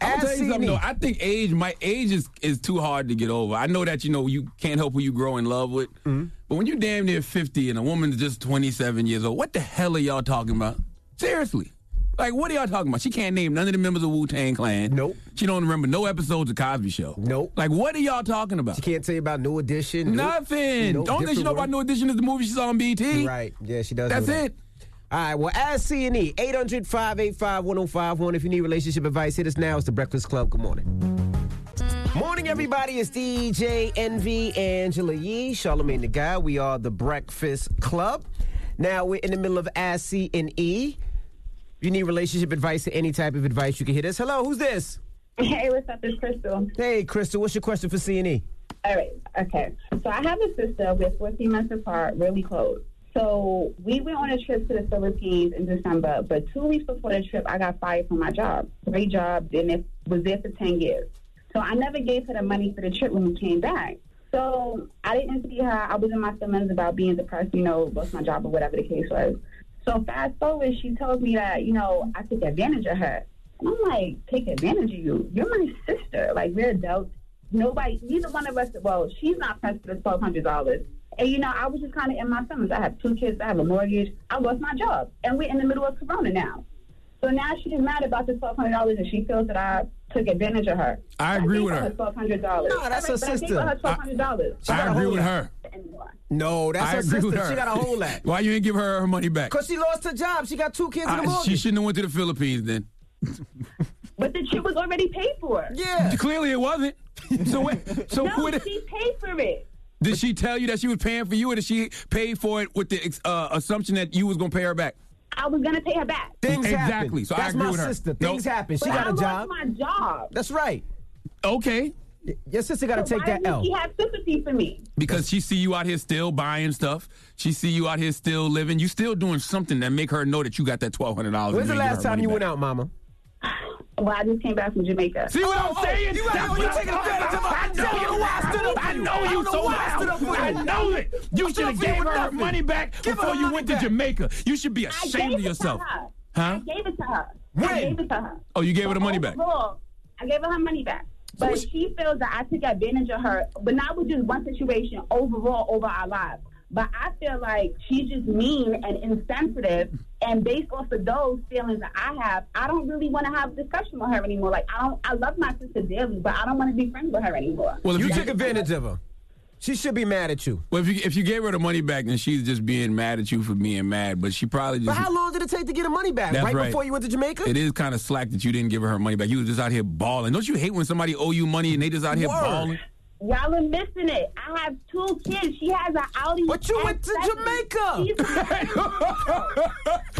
F: I'm
D: Ask
F: tell you
D: CD.
F: something though. I think age, my age is is too hard to get over. I know that you know you can't help who you grow in love with,
D: Mm-hmm.
F: but when you're damn near 50 and a woman's just 27 years old, what the hell are y'all talking about? Seriously. Like, what are y'all talking about? She can't name none of the members of Wu Tang Clan. Nope. She don't remember no episodes of Cosby Show. Nope. Like, what are y'all talking about? She
D: can't tell you about New Edition. New-
F: Nothing.
D: Nope,
F: Don't think she
D: different
F: know about
D: world.
F: New Edition is the movie she saw on BT.
D: Right. Yeah, she does.
F: That's
D: know that.
F: it.
D: All right, well, ask E, CNE, 800 585 1051. If you need relationship advice, hit us now. It's The Breakfast Club. Good morning. Morning, everybody. It's DJ NV, Angela Yee, Charlemagne the Guy. We are The Breakfast Club. Now, we're in the middle of Ask CNE. If you need relationship advice or any type of advice, you can hit us. Hello, who's this?
J: Hey, what's up? It's Crystal.
D: Hey, Crystal, what's your question for E? CNE?
J: All right. Okay. So I have a sister. We're 14 months apart, really close. So we went on a trip to the Philippines in December, but two weeks before the trip, I got fired from my job. Great job, been there, was there for 10 years. So I never gave her the money for the trip when we came back. So I didn't see her. I was in my feelings about being depressed, you know, lost my job or whatever the case was. So fast forward, she tells me that, you know, I took advantage of her. And I'm like, take advantage of you. You're my sister. Like, we're adults. Nobody, neither one of us, well, she's not pressed for the $1,200. And, you know, I was just kind of in my feelings. I have two kids. I have a mortgage. I lost my job. And we're in the middle of Corona now. So now she's mad about the $1,200 and she feels that I took advantage of her.
F: I agree with her.
J: Twelve hundred dollars.
F: No, that's her sister.
J: Twelve hundred dollars.
F: I agree with her.
D: No, that's
F: I
D: her
F: agree
D: sister.
F: with her.
D: She got a whole lot.
F: Why you ain't give her her money back?
D: Because she lost her job. She got two kids and a
F: I-
D: mortgage.
F: she shouldn't have went to the Philippines then.
J: But the trip was already paid for.
D: Yeah.
F: Clearly it wasn't. So what? So
J: no,
F: what?
J: she paid for it.
F: Did she tell you that she was paying for you, or did she pay for it with the ex- uh, assumption that you was gonna pay her back?
J: I was gonna pay her back.
D: Things happen.
F: exactly. So I
D: That's
F: agree
D: my
F: with her.
D: sister.
F: Nope.
D: Things happen. She
J: But
D: got
J: I
D: a
J: lost
D: job.
J: My job.
D: That's right.
F: Okay.
D: Your sister got to
J: So
D: take
J: why
D: that
J: does
D: L.
J: She have sympathy for me.
F: Because she see you out here still buying stuff. She see you out here still living. You still doing something that make her know that you got that twelve hundred dollars.
D: When's the last time Oh, you went out, Mama?
J: Well, I just came back from Jamaica.
F: See what I'm
D: Oh,
F: saying?
D: you out
F: That's
D: here,
F: what
D: you
F: I'm
D: taking
F: talking
D: advantage of
F: about.
D: her.
F: I know you.
D: Why I stood up
F: I
D: for you?
F: know
D: I
F: you
D: don't know
F: so
D: why I stood up
F: well.
D: for
F: I
D: you.
F: know it. You
D: I
F: should
D: stood up
F: have
D: for you
F: gave her
D: with
F: her
D: nothing.
F: money back
D: Give her
F: before
D: her
F: you
D: money
F: went
D: back.
F: to Jamaica. You should be
J: I
F: ashamed
J: gave
F: of
J: it
F: yourself.
J: To her. I
F: Huh?
J: gave it to her. I
F: When?
J: gave it to her.
F: Oh, you gave her the money back.
J: Overall, I gave her her money back.
F: So
J: But
F: it's-
J: she feels that I took advantage of her, but not with just one situation overall over our lives. But I feel like she's just mean and insensitive. And based off of those feelings that I have, I don't really want to have a discussion with her anymore. Like I don't, I love my sister dearly, but I don't want to be friends with her anymore.
D: Well, if you took advantage of her. She should be mad at you.
F: Well, if you if you gave her the money back, then she's just being mad at you for being mad. But she probably
D: But
F: just
D: how long did it take to get her money back?
F: That's right.
D: before you went to Jamaica?
F: It is kind of slack that you didn't give her her money back. You was just out here balling. Don't you hate when somebody owe you money and they just out here
D: Word.
F: balling?
J: Y'all are missing it. I have two kids. She has an Audi. But you went to Jamaica.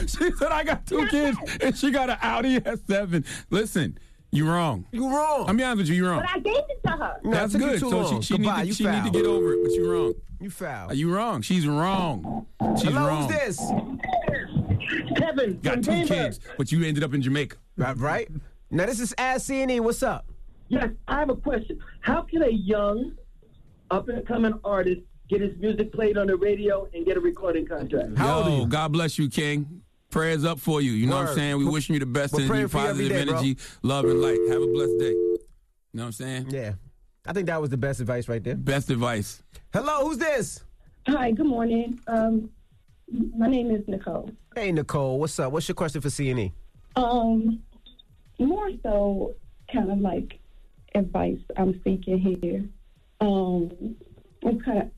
F: she said, "I got two kids and she got an Audi S7." Listen, you wrong.
D: You wrong.
F: I'm be honest with you, you wrong.
J: But I gave it to her.
D: No,
F: That's
D: it took you
F: good.
D: too
F: So
D: long.
F: she, she,
D: Goodbye,
F: need
D: you
F: to, she need to
D: foul.
F: get over it, but you wrong.
D: You foul.
F: Are you wrong? She's wrong. She's
D: Hello,
F: wrong.
D: who's this?
E: Kevin.
F: Got two kids, but you ended up in Jamaica.
D: Right, right. Now this is Ask CNE. What's up?
E: Yes, I have a question. How can a young, up and coming artist get his music played on the radio and get a recording contract?
F: Yo, God bless you, King. Prayers up for you. You know what I'm
E: Word.
F: saying? We wishing you the best
D: We're
F: energy,
D: praying for you every
F: positive
D: day, bro.
F: energy, love and light. Have a blessed day. You know what I'm saying?
D: Yeah. I think that was the best advice right there.
F: Best advice.
D: Hello, who's this?
H: Hi, good morning. Um, my name is Nicole.
D: Hey, Nicole. What's up? What's your question for CNE?
H: Um, more so, kind of like advice I'm seeking here. Um, I'm kind of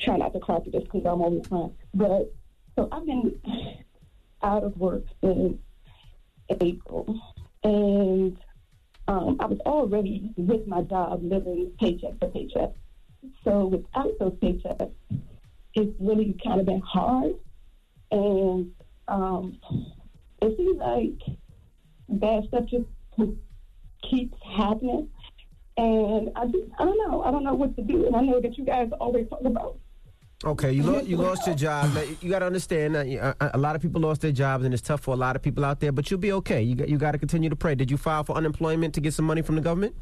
H: trying not to cry for this because I'm always crying. But so I've been out of work since April, and um, I was already with my job, living paycheck to paycheck. So without those paychecks, it's really kind of been hard, and um, it seems like bad stuff just keeps happening. And I just, I don't know. I don't know what to do. And I know that you guys always talk about
D: Okay, you, lo- you lost your job. Now, you got to understand that uh, a, a lot of people lost their jobs, and it's tough for a lot of people out there. But you'll be okay. You got, you got to continue to pray. Did you file for unemployment to get some money from the government?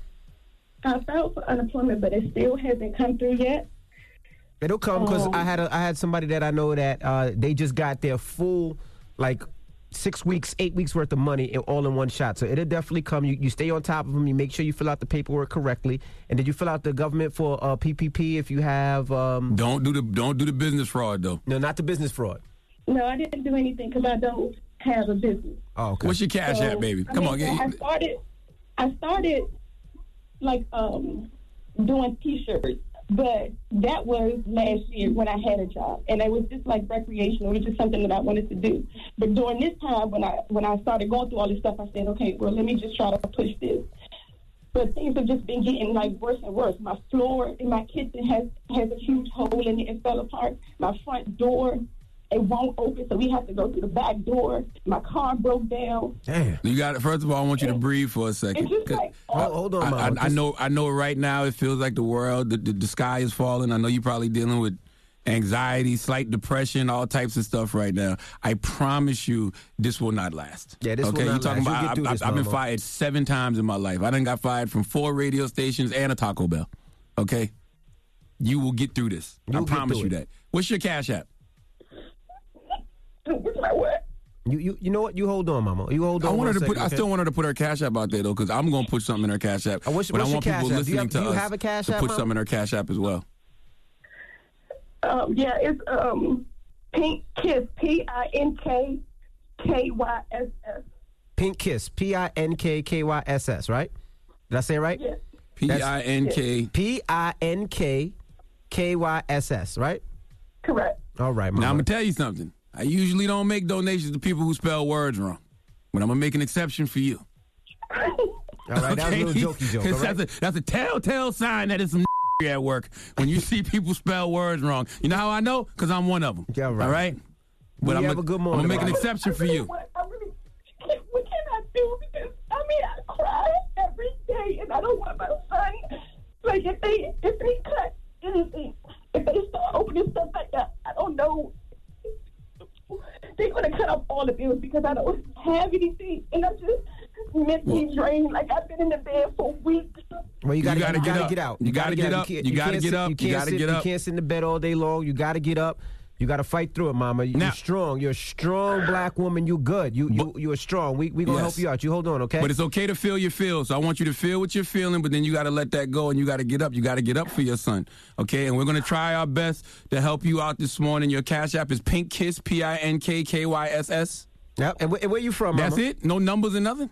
H: I filed for unemployment, but it still hasn't come through yet.
D: It'll come because
H: Um,
D: I had a, I had somebody that I know that uh, they just got their full like six weeks, eight weeks worth of money in- all in one shot. So it'll definitely come. You, you stay on top of them. You make sure you fill out the paperwork correctly. And did you fill out the government for uh, PPP if you have? Um,
F: Don't do the don't do the business fraud though.
D: No, not the business fraud.
H: No, I didn't do anything because I don't have a business.
D: Oh, okay.
F: What's your cash
H: So,
F: app, baby?
H: I
F: Come
H: mean,
F: on, get
H: I started. I started like um doing T-shirts, but that was last year when I had a job, and it was just like recreational. It was just something that I wanted to do. But during this time, when I when I started going through all this stuff, I said, okay, well, let me just try to push this. But things have just been getting like worse and worse. My floor in my kitchen has has a huge hole in it. It fell apart. My front door. It won't open, so we have to go through the back door. My car broke down.
F: You got it. First of all, I want you to breathe for a second.
H: It's just like,
D: Hold, hold on,
F: I,
D: Mama.
F: I, I know. I know. Right now, it feels like the world, the, the, the sky is falling. I know you're probably dealing with anxiety, slight depression, all types of stuff right now. I promise you, this will not last.
D: Yeah, this will
F: okay,
D: not
F: you talking
D: last. You'll get
F: about?
D: through
F: I,
D: this,
F: have been
D: Mama.
F: fired seven times in my life. I done got fired from four radio stations and a Taco Bell. Okay, you will get through this.
D: You'll
F: I
D: get
F: promise
D: through
F: you
D: it.
F: that. What's your cash app?
D: You, you you know what? You hold on, Mama. You hold on.
F: I
D: one
F: wanted to put.
D: second,
F: I
D: okay?
F: still wanted to put her cash app out there though, because I'm gonna put something in her cash app. I
D: Uh, what's-
F: but
D: what's
F: I
D: your
F: want
D: Cash
F: people
D: App? Do you
F: listening
D: have-
F: to
D: do you
F: us
D: have a Cash
F: to
D: App,
F: put
D: Mom?
F: something in her cash app as well.
H: Um, yeah, it's um, Pink Kiss, P I N K K Y S S.
D: Pink Kiss. P I N K K Y S S. Right? Did I say it right? Yeah.
F: P I N K.
D: P I N K K Y S S. Right?
H: Correct.
D: All right, Mama.
F: Now I'm gonna tell you something. I usually don't make donations to people who spell words wrong, but I'm gonna make an exception for you.
D: All right, that was a little jokey joke, all right?
F: that's, a, that's a telltale sign that it's some at work when you see people spell words wrong. You know how I know? Because I'm one of them. Yeah, right. All right.
D: We
F: But I'm
D: have
F: gonna-
D: a good
F: I'm
D: morning,
F: gonna make an
D: Mama.
F: exception for you.
H: What can I do? Because I mean, I cry every day, and I don't want my son. Like if they if they cut anything, if they start opening stuff like that, I don't know. They're gonna cut off all the bills because I don't have anything, and I'm just mentally drained. Like I've been in the bed for weeks.
D: Well, you
F: You
D: gotta,
F: gotta
D: you
F: get
D: gotta
F: up.
D: get out.
F: You gotta get up.
D: can't-
F: You gotta
D: can't
F: get
D: sit-
F: up.
D: You
F: You
D: can't
F: gotta
D: sit-
F: get
D: You
F: up.
D: can't sit in the bed all day long. You gotta get up. You gotta fight through it, Mama. You- You're
F: Now-
D: strong. You're a strong black woman. You're good. You you you are strong. We we gonna
F: Yes.
D: help you out. You hold on, okay?
F: But it's okay to feel your feels. So I want you to feel what you're feeling, but then you got to let that go and you got to get up. You got to get up for your son. Okay? And we're going to try our best to help you out this morning. Your Cash App is Pink Kiss, P I N K K Y S S.
D: Yep. And where, you from,
F: That's
D: Mama?
F: it? No numbers and nothing?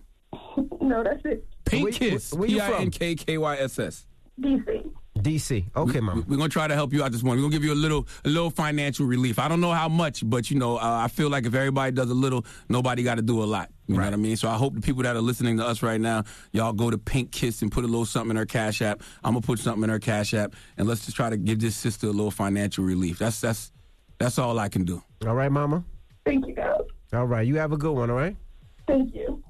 H: No, that's it.
F: Pink
D: Where-
F: Kiss,
D: where you
F: P
D: from?
F: I N K K Y S S.
H: DC.
D: DC. Okay, Mama.
F: We're gonna try to help you out this morning. We're gonna give you a little, a little financial relief. I don't know how much, but you know, uh, I feel like if everybody does a little, nobody got to do a lot. You know what I mean? So I hope the people that are listening to us right now, y'all go to Pink Kiss and put a little something in her cash app. I'm gonna put something in her cash app, and let's just try to give this sister a little financial relief. That's that's that's all I can do.
D: All right, Mama.
H: Thank you, guys.
D: All right. You have a good one. All right.
H: Thank you.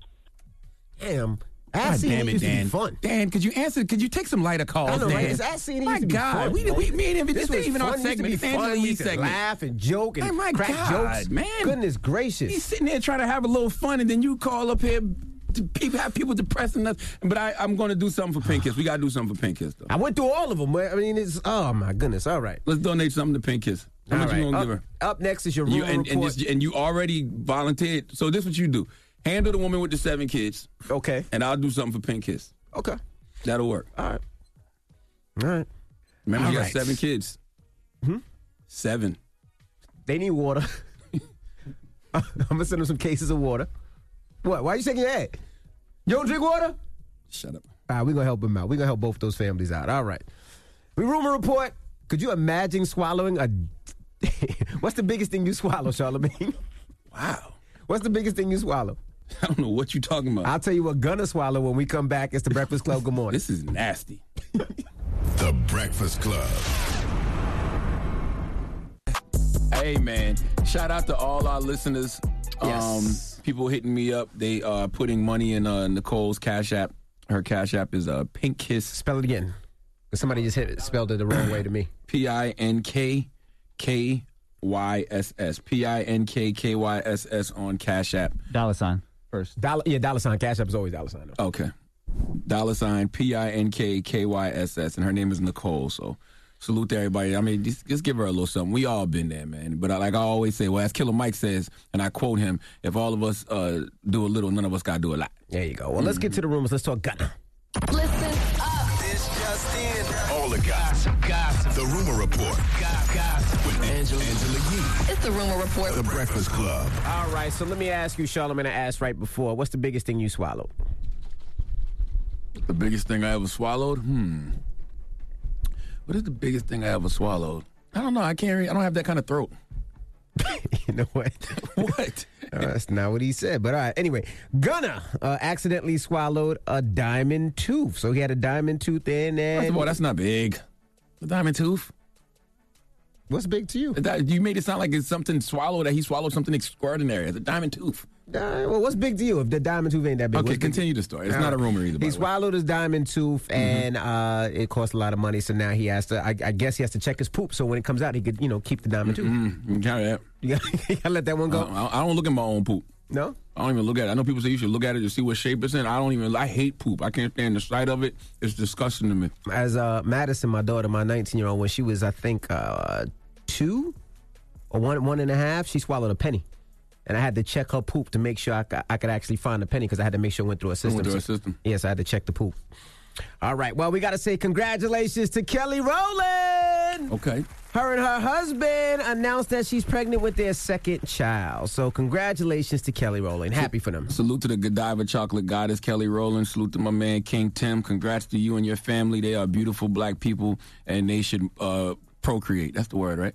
D: Damn.
F: God
D: Asking
F: damn it,
D: used to
F: Dan.
D: be fun.
F: Dan, could you answer? Could you take some lighter calls,
D: I know,
F: Dan?
D: right? This ass scene
F: my
D: used to be
F: God,
D: fun,
F: we, we,
D: man.
F: we ain't even
D: This
F: this,
D: was
F: ain't even
D: fun.
F: our
D: It used to
F: segment.
D: be
F: It's
D: fun.
F: Angela
D: We
F: Yee
D: used to
F: segment.
D: laugh and joke and
F: Hey, my
D: crack
F: God,
D: jokes.
F: man.
D: Goodness gracious.
F: He's sitting there trying to have a little fun, and then you call up here. to pe- Have people depressing us, but I, I'm going to do something for Pink Kiss. We got to do something for Pink Kiss, though.
D: I went through all of them. I mean, it's oh my goodness. All right.
F: Let's donate something to Pink Kiss. How
D: All
F: much
D: right.
F: you going to
D: Up-
F: give her?
D: Up next is your
F: You-
D: rumor
F: and, and,
D: report.
F: just, and you already volunteered. So this is what you do: handle the woman with the seven kids.
D: Okay.
F: And I'll do something for Pink Kiss.
D: Okay.
F: That'll work.
D: All right. All right.
F: Remember,
D: All
F: you got
D: right.
F: seven kids.
D: Hmm?
F: Seven.
D: They need water. I'm gonna send them some cases of water. What? Why you shaking your head? You don't drink water?
F: Shut up.
D: All right, we're gonna help him out. We're gonna help both those families out. All right. We rumor report. Could you imagine swallowing a what's the biggest thing you swallow, Charlemagne?
F: Wow.
D: What's the biggest thing you swallow?
F: I don't know what you're talking about.
D: I'll tell you what gonna swallow when we come back. It's the Breakfast Club. Good morning.
F: This is nasty.
O: The Breakfast Club.
F: Hey man, shout out to all our listeners.
O: Yes.
F: Um people hitting me up. They are putting money in uh, Nicole's Cash App. Her Cash App is uh, Pink Kiss.
D: Spell it again. Somebody just hit it, spelled it the wrong way to me.
F: P I N K K Y S S. P I N K K Y S S on Cash App.
G: Dollar sign first.
D: Dollar, yeah, dollar sign. Cash app is always dollar sign.
F: Okay. Dollar sign P I N K K Y S S, and her name is Nicole. So salute to everybody. I mean, just, just give her a little something. We all been there, man. But I, like I always say, well, as Killer Mike says, and I quote him: "If all of us uh, do a little, none of us got to do a lot." Hmm.
D: There you go. Well, let's get to the rumors. Let's talk Ghana.
O: This just in. All the gossip. gossip. The Rumor Report. Gossip. With Angela, Angela Yee. It's The Rumor Report. The Breakfast Club.
D: All right, so let me ask you, Charlamagne. I asked right before, what's the biggest thing you swallowed?
F: The biggest thing I ever swallowed? Hmm. What is the biggest thing I ever swallowed? I don't know. I can't. Re- I don't have that kind of throat.
D: you know what? Uh,
F: what?
D: that's not what he said. But all right, anyway, Gunna uh, accidentally swallowed a diamond tooth. So he had a diamond tooth in and.
F: First of all, that's not big. A diamond tooth.
D: What's big to you?
F: You made it sound like it's something swallowed that he swallowed something extraordinary. It's a diamond tooth.
D: Uh, well, what's big to you if the diamond tooth ain't that big?
F: Okay,
D: What's big-
F: continue the story. It's not a rumor either, by
D: He
F: the way. Mm-hmm.
D: swallowed his diamond tooth, and uh, it cost a lot of money. So now he has to. I, I guess he has to check his poop, so when it comes out, he could, you know, keep the diamond tooth.
F: You Count that.
D: Yeah, I let that one go.
F: I, I don't look at my own poop.
D: No,
F: I don't even look at it. I know people say you should look at it to see what shape it's in. I don't even. I hate poop. I can't stand the sight of it. It's disgusting to me.
D: As uh, Madison, my daughter, my 19 year old, when she was, I think, uh, two or one, one and a half, she swallowed a penny. And I had to check her poop to make sure I, c- I could actually find the penny because I had to make sure it went through a system.
F: through a
D: system. Yes, I had to check the poop. All right. Well, we got to say congratulations to Kelly Rowland.
F: Okay.
D: Her and her husband announced that she's pregnant with their second child. So, congratulations to Kelly Rowland. Happy for them.
F: Salute to the Godiva chocolate goddess Kelly Rowland. Salute to my man King Tim. Congrats to you and your family. They are beautiful black people, and they should uh, procreate. That's the word, right?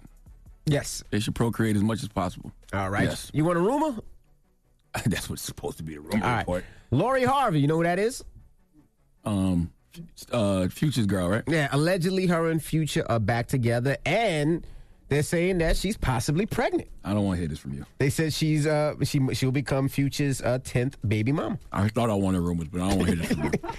D: Yes.
F: They should procreate as much as possible.
D: All right.
F: Yes.
D: You want a rumor?
F: That's what's supposed to be the rumor report.
D: Lori Harvey, you know who that is?
F: Um, uh, Future's girl, right?
D: Yeah, allegedly her and Future are back together, and they're saying that she's possibly pregnant.
F: I don't want to hear this from you.
D: They said she's uh she she'll become Future's uh tenth baby mom.
F: I thought I wanted rumors, but I don't want to hear this from you.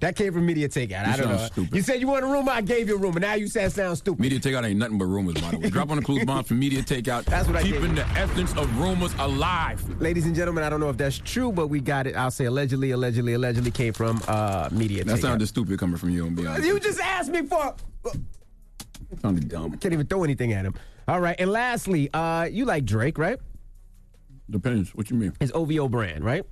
D: That came from Media Takeout. I don't
F: You sound
D: know.
F: stupid.
D: You said you want a rumor. I gave you a rumor. Now you said it sounds stupid.
F: Media takeout ain't nothing but rumors, by the way. Drop on the clues bomb for media takeout. That's
D: what I did.
F: Keeping the essence of rumors alive.
D: Ladies and gentlemen, I don't know if that's true, but we got it. I'll say allegedly, allegedly, allegedly came from uh Media
F: That
D: Takeout.
F: sounded stupid coming from you, I'm be honest.
D: You just asked me for.
F: Sounded dumb.
D: Can't even throw anything at him. All right, and lastly, uh, you like Drake, right?
F: Depends. What you mean?
D: His OVO brand, right?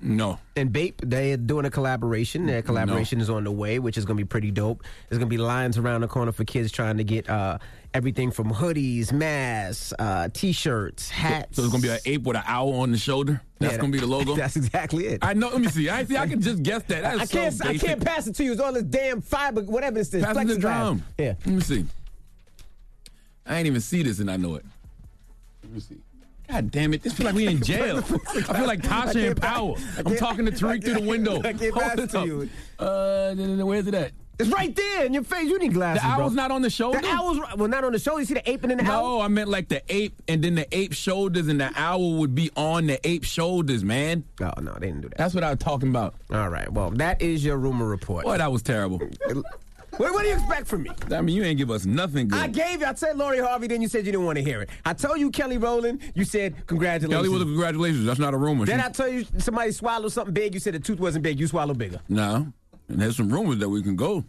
F: No.
D: And Bape, they're doing a collaboration. Their collaboration is on the way, which is going to be pretty dope. There's going to be lines around the corner for kids trying to get uh, everything from hoodies, masks, uh, t-shirts, hats.
F: So it's gonna be an ape with an owl on the shoulder. That's
D: Yeah,
F: gonna be the logo.
D: that's exactly it.
F: I know. Let me see. I see. I can just guess that. That is
D: I can't.
F: So
D: I
F: basic.
D: can't pass it to you. It's all this damn fiber, whatever this is.
F: Pass me the
D: plexiglass.
F: drum.
D: Yeah.
F: Let me see. I ain't even see this and I know it. Let me see. God damn it. This feel like we in jail. I feel like
D: I
F: Tasha
D: can't
F: and
D: pa-
F: Power.
D: I
F: I'm
D: can't-
F: talking to Tariq through the window.
D: I can't pass
F: Hold
D: it to
F: up.
D: you.
F: Uh, no, no, no, where's it at?
D: It's right there in your face. You need glasses.
F: The owl's
D: bro.
F: not on the shoulder?
D: The owl's right- well, not on the shoulder. You see the ape and then the owl.
F: No, I meant like the ape, and then the ape shoulders and the owl would be on the ape shoulders, man.
D: No, no, they didn't do that.
F: That's what I was talking about.
D: All right. Well, that is your rumor report.
F: Boy, that was terrible.
D: What, what do you expect from me?
F: I mean, you ain't give us nothing good.
D: I gave you. I said Lori Harvey. Then you said you didn't want to hear it. I told you Kelly Rowland. You said congratulations.
F: Kelly was a congratulations. That's not a rumor.
D: then
F: She-
D: I told you somebody swallowed something big. You said the tooth wasn't big. You swallowed bigger.
F: No. And there's some rumors that we can go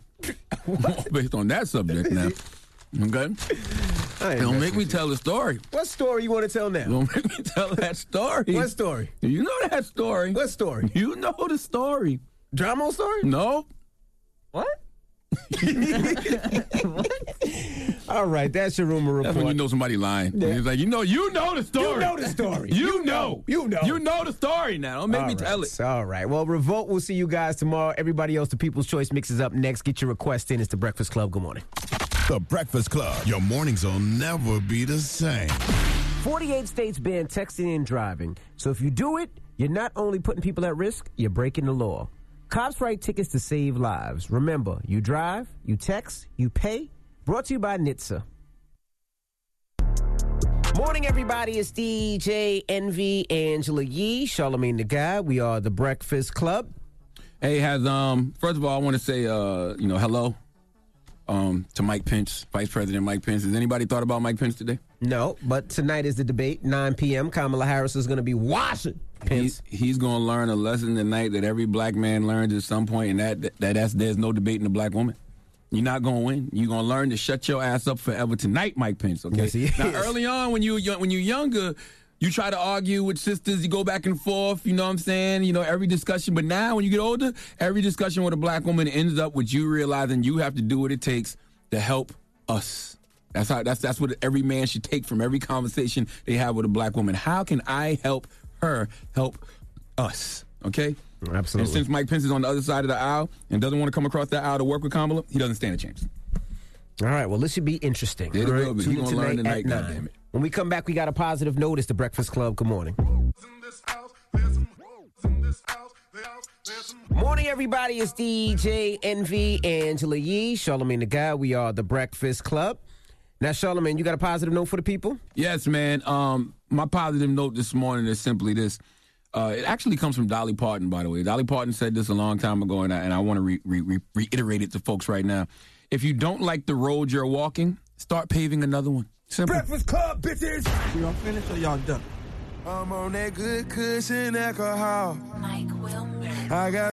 F: based on that subject now. Okay? Don't make me tell the story.
D: What story you want to tell now?
F: Don't make me tell that story.
D: What story?
F: You know that story.
D: What story?
F: You know the story.
D: Drama story?
F: No.
D: What? All right, that's your rumor report.
F: That's when you know somebody lying. When He's like, you know, you know the story.
D: You know the story.
F: You, know.
D: You know.
F: You know the story now. Don't make me tell it.
D: All right. Well, Revolt, we'll see you guys tomorrow. Everybody else, the People's Choice mixes up next. Get your request in. It's the Breakfast Club. Good morning.
O: The Breakfast Club. Your mornings will never be the same.
D: 48 states ban texting and driving. So if you do it, you're not only putting people at risk, you're breaking the law. Cops write tickets to save lives. Remember, you drive, you text, you pay. Brought to you by NHTSA. Morning, everybody. It's DJ NV Angela Yee, Charlemagne the Guy. We are the Breakfast Club.
F: Hey, has um first of all, I want to say uh, you know, hello um to Mike Pence, Vice President Mike Pence. Has anybody thought about Mike Pence today?
D: No, but tonight is the debate, 9 p.m. Kamala Harris is going to be washing. Pence.
F: He- he's going to learn a lesson tonight that every black man learns at some point, and that, that that's there's no debating a black woman. You're not going to win. You're going to learn to shut your ass up forever tonight, Mike Pence. Okay.
D: Yes, he
F: now,
D: is.
F: early on when you when you're younger. You try to argue with sisters, you go back and forth, you know what I'm saying? You know, every discussion. But now, when you get older, every discussion with a black woman ends up with you realizing you have to do what it takes to help us. That's how that's that's what every man should take from every conversation they have with a black woman. How can I help her help us? Okay?
D: Absolutely.
F: And since Mike Pence is on the other side of the aisle and doesn't want to come across that aisle to work with Kamala, he doesn't stand a chance.
D: All right, well, this should be interesting.
F: It
D: All right,
F: will be.
D: tune
F: You
D: in
F: gonna learn
D: at
F: tonight,
D: nine.
F: goddamn it.
D: When we come back, we got a positive notice. The Breakfast Club. Good morning. Morning, everybody. It's DJ NV Angela Yee, Charlemagne the Guy. We are the Breakfast Club. Now, Charlemagne, you got a positive note for the people?
F: Yes, man. Um, my positive note this morning is simply this. Uh, it actually comes from Dolly Parton, by the way. Dolly Parton said this a long time ago, and I, and I want to re, re, re, reiterate it to folks right now. If you don't like the road you're walking, start paving another one. Simple.
O: Breakfast Club, bitches! Y'all finished or y'all done? I'm on that good cushion alcohol. Mike Wilmer. I got.